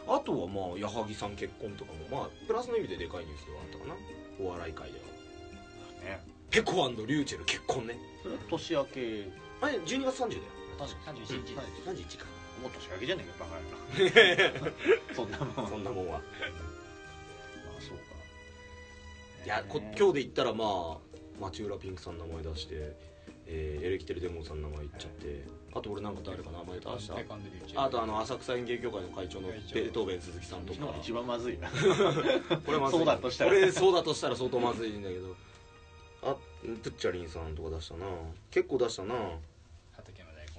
Speaker 2: あとはまあ矢作さん結婚とかもまあプラスの意味ででかいニュースではあったかなお笑い界では
Speaker 3: ね
Speaker 2: ペコリューチェル結婚ね
Speaker 3: それは年明け
Speaker 2: あれ12月30だよ
Speaker 4: 確かに31日です
Speaker 2: 31か
Speaker 3: もう年明けじゃねえかバカやなそんなもん
Speaker 2: そんなもんは
Speaker 3: まあそうか
Speaker 2: いやこ今日で言ったらまあ町浦ピンクさんの名前出して、えーエレキテルデモンさんの名前言っちゃって、あと俺なんか誰か名前出したあとあの浅草演芸協会の会長の
Speaker 4: 会長
Speaker 2: ベートーベン鈴木さんとか
Speaker 3: 一番まずいな
Speaker 2: これまずい
Speaker 3: そうだとしたら
Speaker 2: 俺そうだとしたら相当まずいんだけどあプッチャリンさんとか出したな結構出したな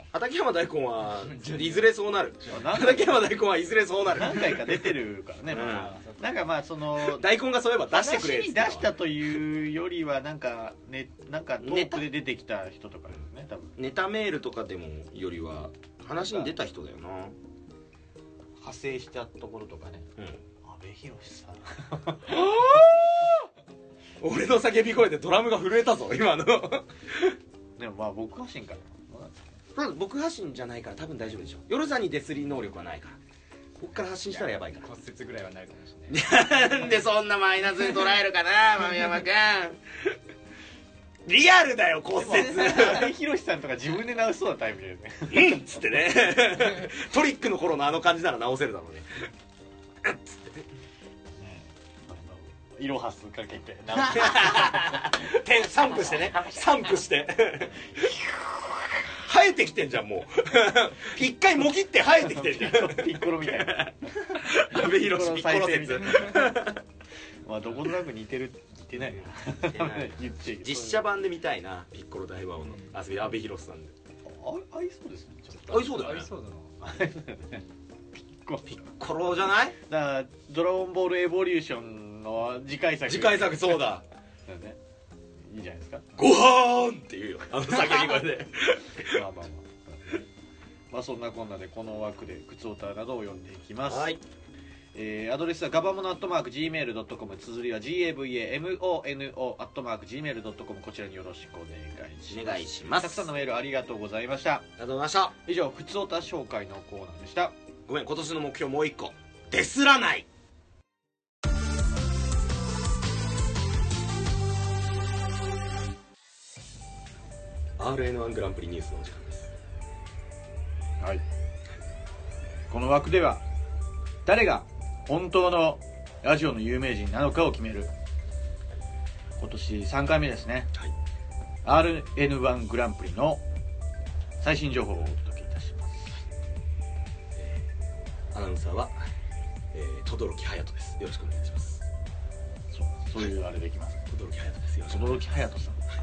Speaker 4: 畠山大根
Speaker 2: 畠山大根はいずれそうなる
Speaker 3: まあ何
Speaker 2: 畠山大根はいずれそうなる
Speaker 3: 何回か出てるからね、
Speaker 2: うん
Speaker 3: まあ、なんかまあその
Speaker 2: 大根がそういえば出してくれっつっ
Speaker 3: 話に
Speaker 2: て
Speaker 3: 出
Speaker 2: たわ
Speaker 3: したというよりはなんか、ね、なんかト
Speaker 2: ネ
Speaker 3: ー
Speaker 2: タ
Speaker 3: クで出てきた人とかですね多分
Speaker 2: ネタメールとかでもよりは話に出た人だよな
Speaker 3: 派生したところとかね
Speaker 2: うん
Speaker 3: 阿部寛さん
Speaker 2: 俺の叫び声でドラムが震えたぞ今の
Speaker 3: でもまあ僕発信かな
Speaker 2: 僕発信じゃないから多分大丈夫でしょ夜さんにデスリ能力はないからこっから発信したらやばいか
Speaker 4: 骨折ぐらいはなるかもしれない
Speaker 2: ら なんでそんなマイナスに捉えるかな豆山君リアルだよ骨折
Speaker 3: 阿部寛さんとか自分で直しそうなタイプ だよね
Speaker 2: うんっつってねトリックの頃のあの感じなら直せるだろ うね
Speaker 3: イロハスか けて直して
Speaker 2: 点散布してね散布して生えてきてんじゃんもう一回もぎって生えてきてんじゃん
Speaker 3: ピッコロみたいな
Speaker 2: 阿部寛ピッコロ
Speaker 3: 再生み
Speaker 2: 説
Speaker 3: たいなまあどことなく似てる似てないな
Speaker 2: 似てない
Speaker 3: 言っていい
Speaker 2: 実写版で見たいなピッコロ大魔王の阿部阿部寛さんで
Speaker 3: あ合いそうですねちょっと
Speaker 2: 合いそうだよ
Speaker 4: あ
Speaker 2: ね
Speaker 4: りそうだな
Speaker 2: ピッコロじゃない
Speaker 3: だから「ドラゴンボールエボリューション」の次回作
Speaker 2: 次回作そうだ
Speaker 3: だよねいいじゃないですか
Speaker 2: ごはーんって言うよあの叫び声で
Speaker 3: まあまあまあまあそんなこんなでこの枠で「靴オタ」などを読んでいきます、
Speaker 2: はい
Speaker 3: えーアドレスはガバモノアットマーク Gmail.com 綴りは GAVAMONO アットマーク Gmail.com こちらによろしくお願いします
Speaker 2: お願いします
Speaker 3: たくさんのメールありがとうございました
Speaker 2: ありがとうございました
Speaker 3: 以上「靴オタ」紹介のコーナーでした
Speaker 2: ごめん今年の目標もう一個デスらない「RN1 グランプリニュース」のお時間です
Speaker 3: はいこの枠では誰が本当のラジオの有名人なのかを決める今年3回目ですね、RN1 グランプリの最新情報をお届けいたします
Speaker 2: アナウンサーは、えー、轟隼人ですよろしくお願いします
Speaker 3: そうそういうあれできます
Speaker 2: 轟隼人ですよろしくお願いし
Speaker 3: 轟隼人さん
Speaker 2: ます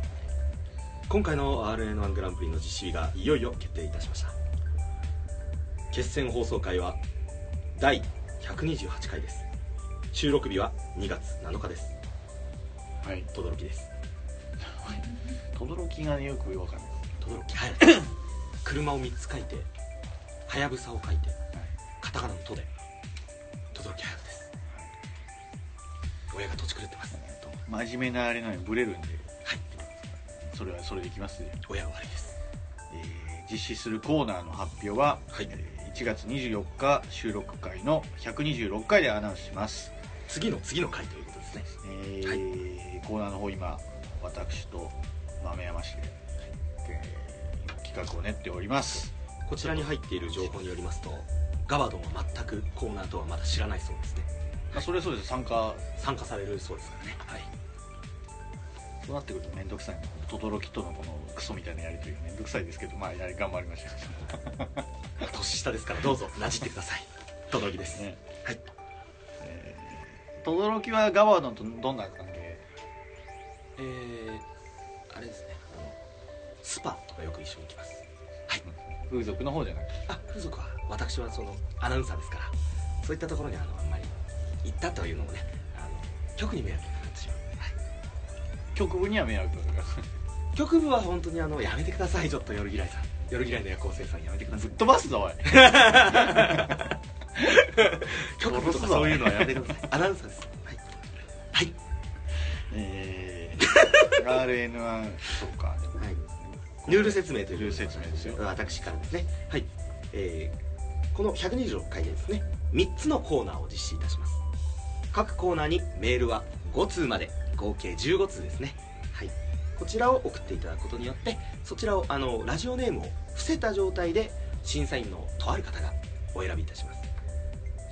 Speaker 2: 今回の RN1 グランプリの実施日がいよいよ決定いたしました決戦放送回は第128回です収録日は2月7日です
Speaker 3: はい
Speaker 2: 轟です
Speaker 3: 轟がねよくよくわかんない
Speaker 2: 轟隼人 車を3つ書いてはやぶさを書いてカタカナの「と」で轟隼人です親が土地狂ってます
Speaker 3: 真面目なあれなのにブレるんで
Speaker 2: はい
Speaker 3: それはそれでいきます、
Speaker 2: 親は悪いです
Speaker 3: えー実施するコーナーの発表は
Speaker 2: はい
Speaker 3: えー1月24日収録回の126回でアナウンスします、
Speaker 2: 次の次の回ということですね
Speaker 3: えーコーナーの方今私と豆山氏で、えー企画を練っております
Speaker 2: こちらに入っている情報によりますとガバドンは全くコーナーとはまだ知らないそうですね
Speaker 3: まあそれはそうです参加
Speaker 2: 参加されるそうですからねはい
Speaker 3: そうなってくると面倒くさい轟とのこのクソみたいなやり取りが面倒くさいですけどまあやはり頑張りましょ
Speaker 2: 年下ですからどうぞなじってください轟です、
Speaker 3: うね
Speaker 2: はい
Speaker 3: えー轟、はガバードンとどんな関係
Speaker 2: えー、あれですねあのスパとかよく一緒に行きます
Speaker 3: 風俗の方じゃなくて
Speaker 2: あ風俗は私はそのアナウンサーですからそういったところにあのあんまり行ったというのもねあの局に迷惑がかかってしまうので、はい
Speaker 3: 局部には迷惑がかかる
Speaker 2: 局部は本当にあのやめてくださいちょっと夜嫌いさん夜嫌いの夜行性さんやめてください
Speaker 3: 飛ばすぞおい
Speaker 2: 局部とかそういうのはやめてくだ さいアナウンサーですはい、はい
Speaker 3: えー、RN1 そうかでも
Speaker 2: はいルール説明という
Speaker 3: ルール説明ですよ
Speaker 2: 私からですねはい、えーこの126回でですね3つのコーナーを実施いたします各コーナーにメールは5通まで合計15通ですねはいこちらを送っていただくことによってそちらをあのラジオネームを伏せた状態で審査員のとある方がお選びいたします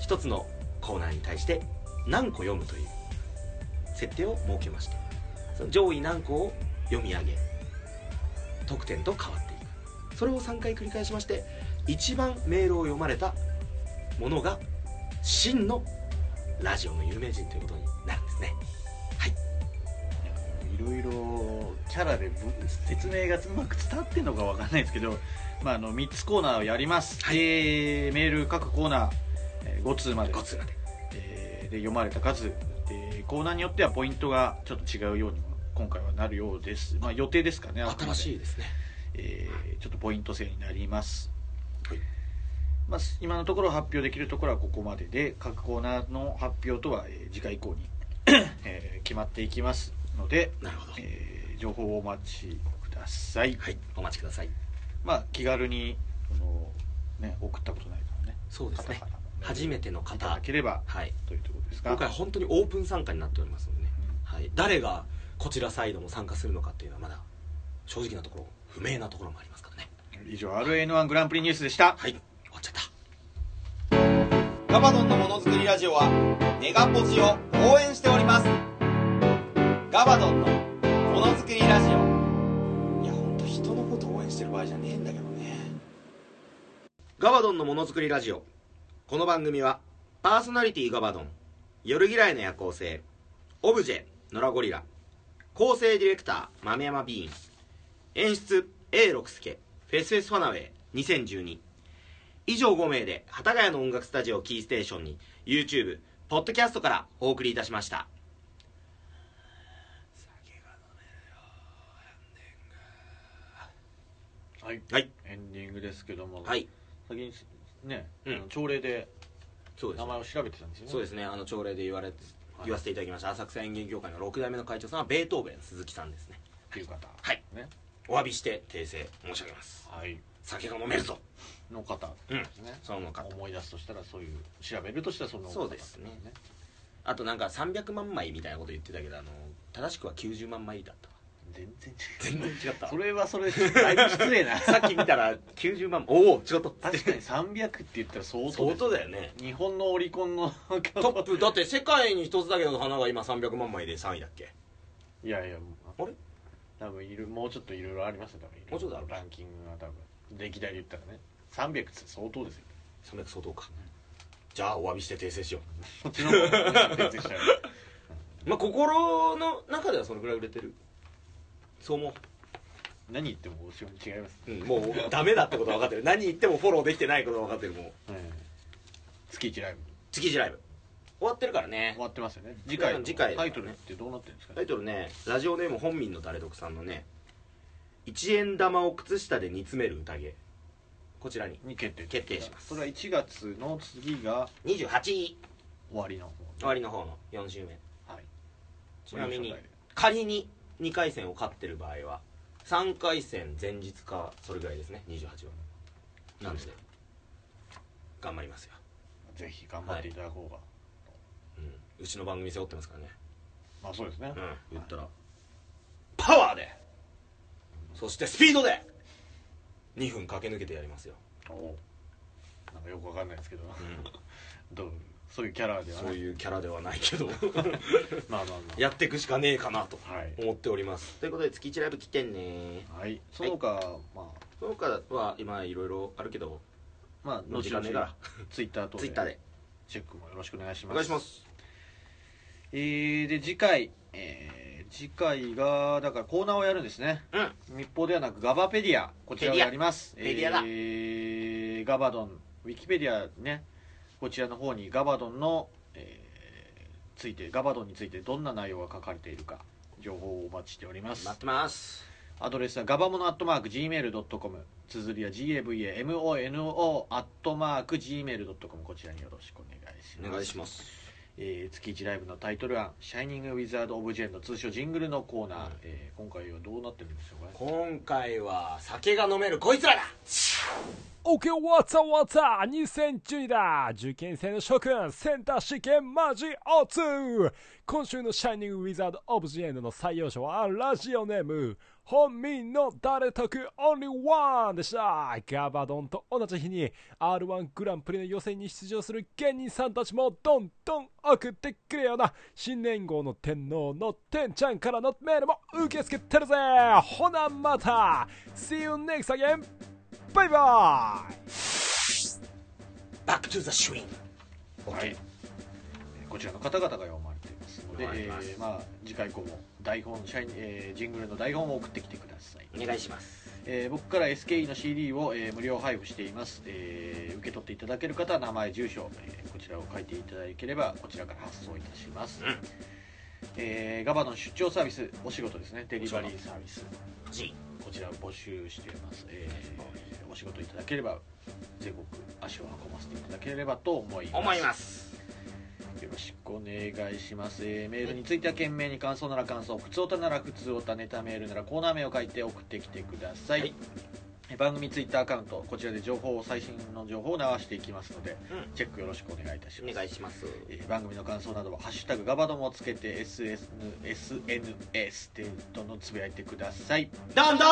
Speaker 2: 一つのコーナーに対して何個読むという設定を設けましたその上位何個を読み上げ得点と変わっていくそれを3回繰り返しまして一番メールを読まれたものが真のラジオの有名人ということになるんですね
Speaker 3: いろいろキャラでぶ説明がうまく伝わってんのかわかんないですけど、まあ、あの3つコーナーをやります、
Speaker 2: はい
Speaker 3: えーメール各コーナー、えー5通まで
Speaker 2: 5通まで
Speaker 3: えーで読まれた数でコーナーによってはポイントがちょっと違うようにも今回はなるようです、まあ、予定ですかね
Speaker 2: 新し
Speaker 3: い、
Speaker 2: いですね
Speaker 3: えーちょっとポイント制になります
Speaker 2: はい
Speaker 3: まあ、今のところ発表できるところはここまでで各コーナーの発表とは、えー次回以降に、 えー決まっていきますので、
Speaker 2: なるほど
Speaker 3: えー情報をお待ちください、
Speaker 2: はいお待ちください
Speaker 3: まあ、気軽にこの、ね、送ったことないからね
Speaker 2: そうですね
Speaker 3: 方から
Speaker 2: 初めての
Speaker 3: いただ
Speaker 2: 方
Speaker 3: ければ
Speaker 2: はい
Speaker 3: というところです
Speaker 2: 今
Speaker 3: が
Speaker 2: 回本当にオープン参加になっておりますのでね、はい、誰がこちらサイドも参加するのかっていうのはまだ正直なところ不明なところもありますからね
Speaker 3: 以上 RN1 グランプリニュースでした
Speaker 2: はい終わっちゃった
Speaker 6: ガバドンのものづくりラジオはネガポジを応援しておりますガバドンのものづくりラジオいや本当人のこと応援してる場合じゃねえんだけどね
Speaker 2: ガバドンのものづくりラジオこの番組はパーソナリティガバドン夜嫌いの夜行性オブジェノラゴリラ構成ディレクター豆山ビーン演出 A 六輔フェスフェスファナウェイ2012以上5名で幡ヶ谷の音楽スタジオキーステーションに YouTube ポッドキャストからお送りいたしました
Speaker 3: はい
Speaker 2: はい
Speaker 3: エンディングですけども、
Speaker 2: はい
Speaker 3: 先にね、
Speaker 2: うん
Speaker 3: あの朝礼で
Speaker 2: そうです
Speaker 3: 名
Speaker 2: ね
Speaker 3: 前を調べてたんですよね
Speaker 2: そうですねあの朝礼で言われ言わせていただきました浅草演芸協会の6代目の会長さんはベートーベン鈴木さんですね
Speaker 3: っていう方
Speaker 2: はい
Speaker 3: ね
Speaker 2: お詫びして訂正申し上げます
Speaker 3: はい
Speaker 2: 酒が飲めるぞ
Speaker 3: の方ですね、
Speaker 2: その方
Speaker 3: 思い出すとしたらそういう調べるとしたらその方
Speaker 2: そうですねあとなんか300万枚みたいなこと言ってたけどあの正しくは90万枚だったわ
Speaker 3: 全然違
Speaker 2: 全然違ったわ
Speaker 3: うそれはそれでだいぶ失礼な
Speaker 2: さっき見たら90万おお違った
Speaker 3: 確かに300って言ったら相当です
Speaker 2: 相当だよね
Speaker 3: 日本のオリコンの
Speaker 2: トップだって世界に一つだけの花が今300万枚で3位だっけ
Speaker 3: いやいや
Speaker 2: あれ
Speaker 3: 多分いるもうちょっといろいろありますね多分いろいろ
Speaker 2: もうちょっとある
Speaker 3: ランキングは多分歴代で言ったらね300って相当ですよ
Speaker 2: 300相当かじゃあお詫びして訂正しよ
Speaker 3: こっちの方が全然 違う
Speaker 2: うまあ心の中ではそのぐらい売れてるそう思う
Speaker 3: 何言っても後ろに違います、
Speaker 2: うん、もうダメだってことは分かってる何言ってもフォローできてないことは分かってるもう
Speaker 3: 月1ライブ
Speaker 2: 月一ライブ終わってるからね
Speaker 3: 終わってますよね
Speaker 2: 次
Speaker 3: 次
Speaker 2: 回
Speaker 3: 回
Speaker 2: の
Speaker 3: の
Speaker 2: 次回
Speaker 3: タイトルってどうなってるんですか
Speaker 2: タ
Speaker 3: ね
Speaker 2: イトルねラジオネーム本民の誰得さんのね「一円玉を靴下で煮詰める宴」こちらに
Speaker 3: に決定
Speaker 2: 決定します
Speaker 3: それは1月の次が
Speaker 2: 28位
Speaker 3: 終わりの方
Speaker 2: 終わりの方の4週目
Speaker 3: はい
Speaker 2: ちなみに仮に2回戦を勝ってる場合は3回戦前日かそれぐらいですね28はなので頑張りますよ、
Speaker 3: ぜひ頑張っていただこうが、
Speaker 2: うん、うちの番組背負ってますからね
Speaker 3: まあそうですね、
Speaker 2: うん言ったらパワーでそしてスピードで2分駆け抜けてやりますよ、
Speaker 3: おうなんかよくわかんないですけどどうそういうキャラでは
Speaker 2: そ
Speaker 3: な
Speaker 2: う
Speaker 3: い
Speaker 2: いうキャラではないけど
Speaker 3: まあまあま
Speaker 2: やっていくしかねえかなと
Speaker 3: あはい
Speaker 2: 思っておりますということで月1ライブ来てんね
Speaker 3: はいその他、まあ
Speaker 2: その他は今いろいろあるけど
Speaker 3: まあ
Speaker 2: 時間
Speaker 3: 後々
Speaker 2: ねえから
Speaker 3: ツイッター等
Speaker 2: ツイッターで
Speaker 3: チェックもよろしくお願いし
Speaker 2: お
Speaker 3: ます
Speaker 2: 願いします
Speaker 3: えー、で次回えー次回がだからコーナーをやるんですね
Speaker 2: うん
Speaker 3: 日報ではなくガバペディアこちらをやります
Speaker 2: ペディアペディアだ
Speaker 3: えーガバドンウィキペディアねこちらの方にガバドンの、えーついてガバドンについてどんな内容が書かれているか情報をお待ちしております
Speaker 2: 待ってます
Speaker 3: アドレスはガバモノアットマーク Gmail.com 綴りは GAVAMONO アットマーク Gmail.com こちらによろしくお願いし
Speaker 2: お
Speaker 3: ます
Speaker 2: 願いします
Speaker 3: えー月1ライブのタイトル案「シャイニング・ウィザード・オブジェンド」通称ジングルのコーナー、えー今回はどうなってるんでしょうかね
Speaker 2: 今回は酒が飲めるこいつらだ
Speaker 7: OK, what's up, what's up? 2010だ受験生の諸君センター試験マジオツ今週のシャイニングウィザードオブジェンドの採用者はラジオネーム本民の誰得オンリーワンでしたガバドンと同じ日に R1 グランプリの予選に出場する芸人さんたちもどんどん送ってくれよな新年号の天皇の天ちゃんからのメールも受け付けてるぜほなまた See you next again! バイバイ
Speaker 2: バックトゥザシュイン
Speaker 3: はい、えーこちらの方々が読まれていますので
Speaker 2: 読まれます
Speaker 3: えーまあ、次回以降も台本シャイニ、えージングルの台本を送ってきてください、
Speaker 2: お願いします
Speaker 3: えー僕から SKE の CD を、えー無料配布しています、えー受け取っていただける方は名前住所、えーこちらを書いていただければこちらから発送いたします、えーガバの出張サービスお仕事ですねデリバリーサービス
Speaker 2: 欲しい
Speaker 3: こちらを募集しています、えーお仕事いただければ全国足を運ばせていただければと思います
Speaker 2: 思います
Speaker 3: よろしくお願いします、えーメールについては懸命に感想なら感想普通おたなら普通おたネタメールならコーナー名を書いて送ってきてください、
Speaker 2: はい
Speaker 3: え番組ツイッターアカウントこちらで情報を最新の情報を流していきますので、
Speaker 2: うん
Speaker 3: チェックよろしくお願いいたします
Speaker 2: お願いします
Speaker 3: えー番組の感想などは「ハッシュタグガバドモ」をつけて SNS SNS でどんどんつぶやいてください
Speaker 2: どんどん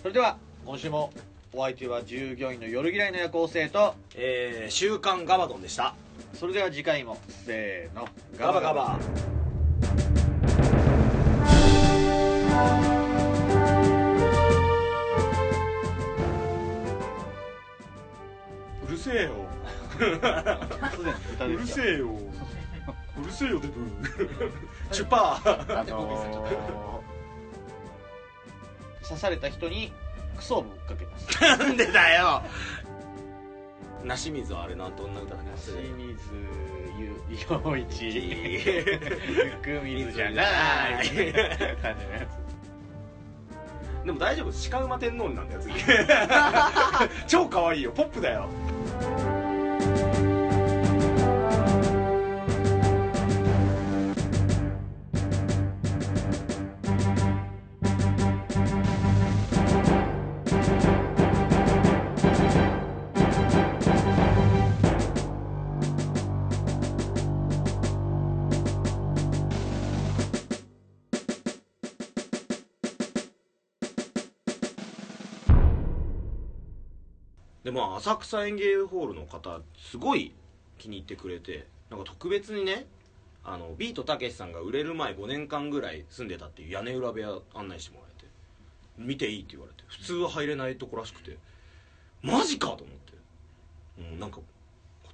Speaker 3: それでは今週もお相手は従業員の夜嫌いの夜行性と
Speaker 2: えー、週刊ガバドンでした
Speaker 3: それでは次回もせーの
Speaker 2: ガバガバ
Speaker 8: うるせえよ
Speaker 3: すでに歌
Speaker 8: う
Speaker 3: で
Speaker 8: る
Speaker 3: す
Speaker 8: せえようるせえよデブチュパー
Speaker 3: あのー刺された人にクソをぶっかけます
Speaker 2: なんでだ よなし水はあれなどんな歌だっけ
Speaker 3: 清
Speaker 2: 忘れ
Speaker 3: 水ゆ陽一 ゆっく水じゃ ないみたいな感じのや
Speaker 2: たでも大丈夫鹿馬天皇になんだよ 次
Speaker 8: 超可愛いよポップだよ
Speaker 2: でまあ浅草園芸ホールの方すごい気に入ってくれてなんか特別にねあのビートたけしさんが売れる前5年間ぐらい住んでたっていう屋根裏部屋案内してもらえて見ていいって言われて普通は入れないとこらしくてマジかと思って、うん、なんか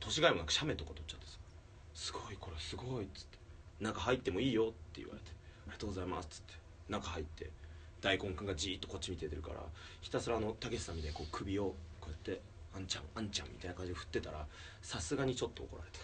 Speaker 2: 年がいもなく写メとか撮っちゃってさ「すごいこれすごい」っつって「中入ってもいいよ」って言われて「ありがとうございます」っつって中入って大根くんがじーっとこっち見ててるからひたすらあのたけしさんみたいにこう首をこうやって「あんちゃんあんちゃん」みたいな感じで振ってたらさすがにちょっと怒られた。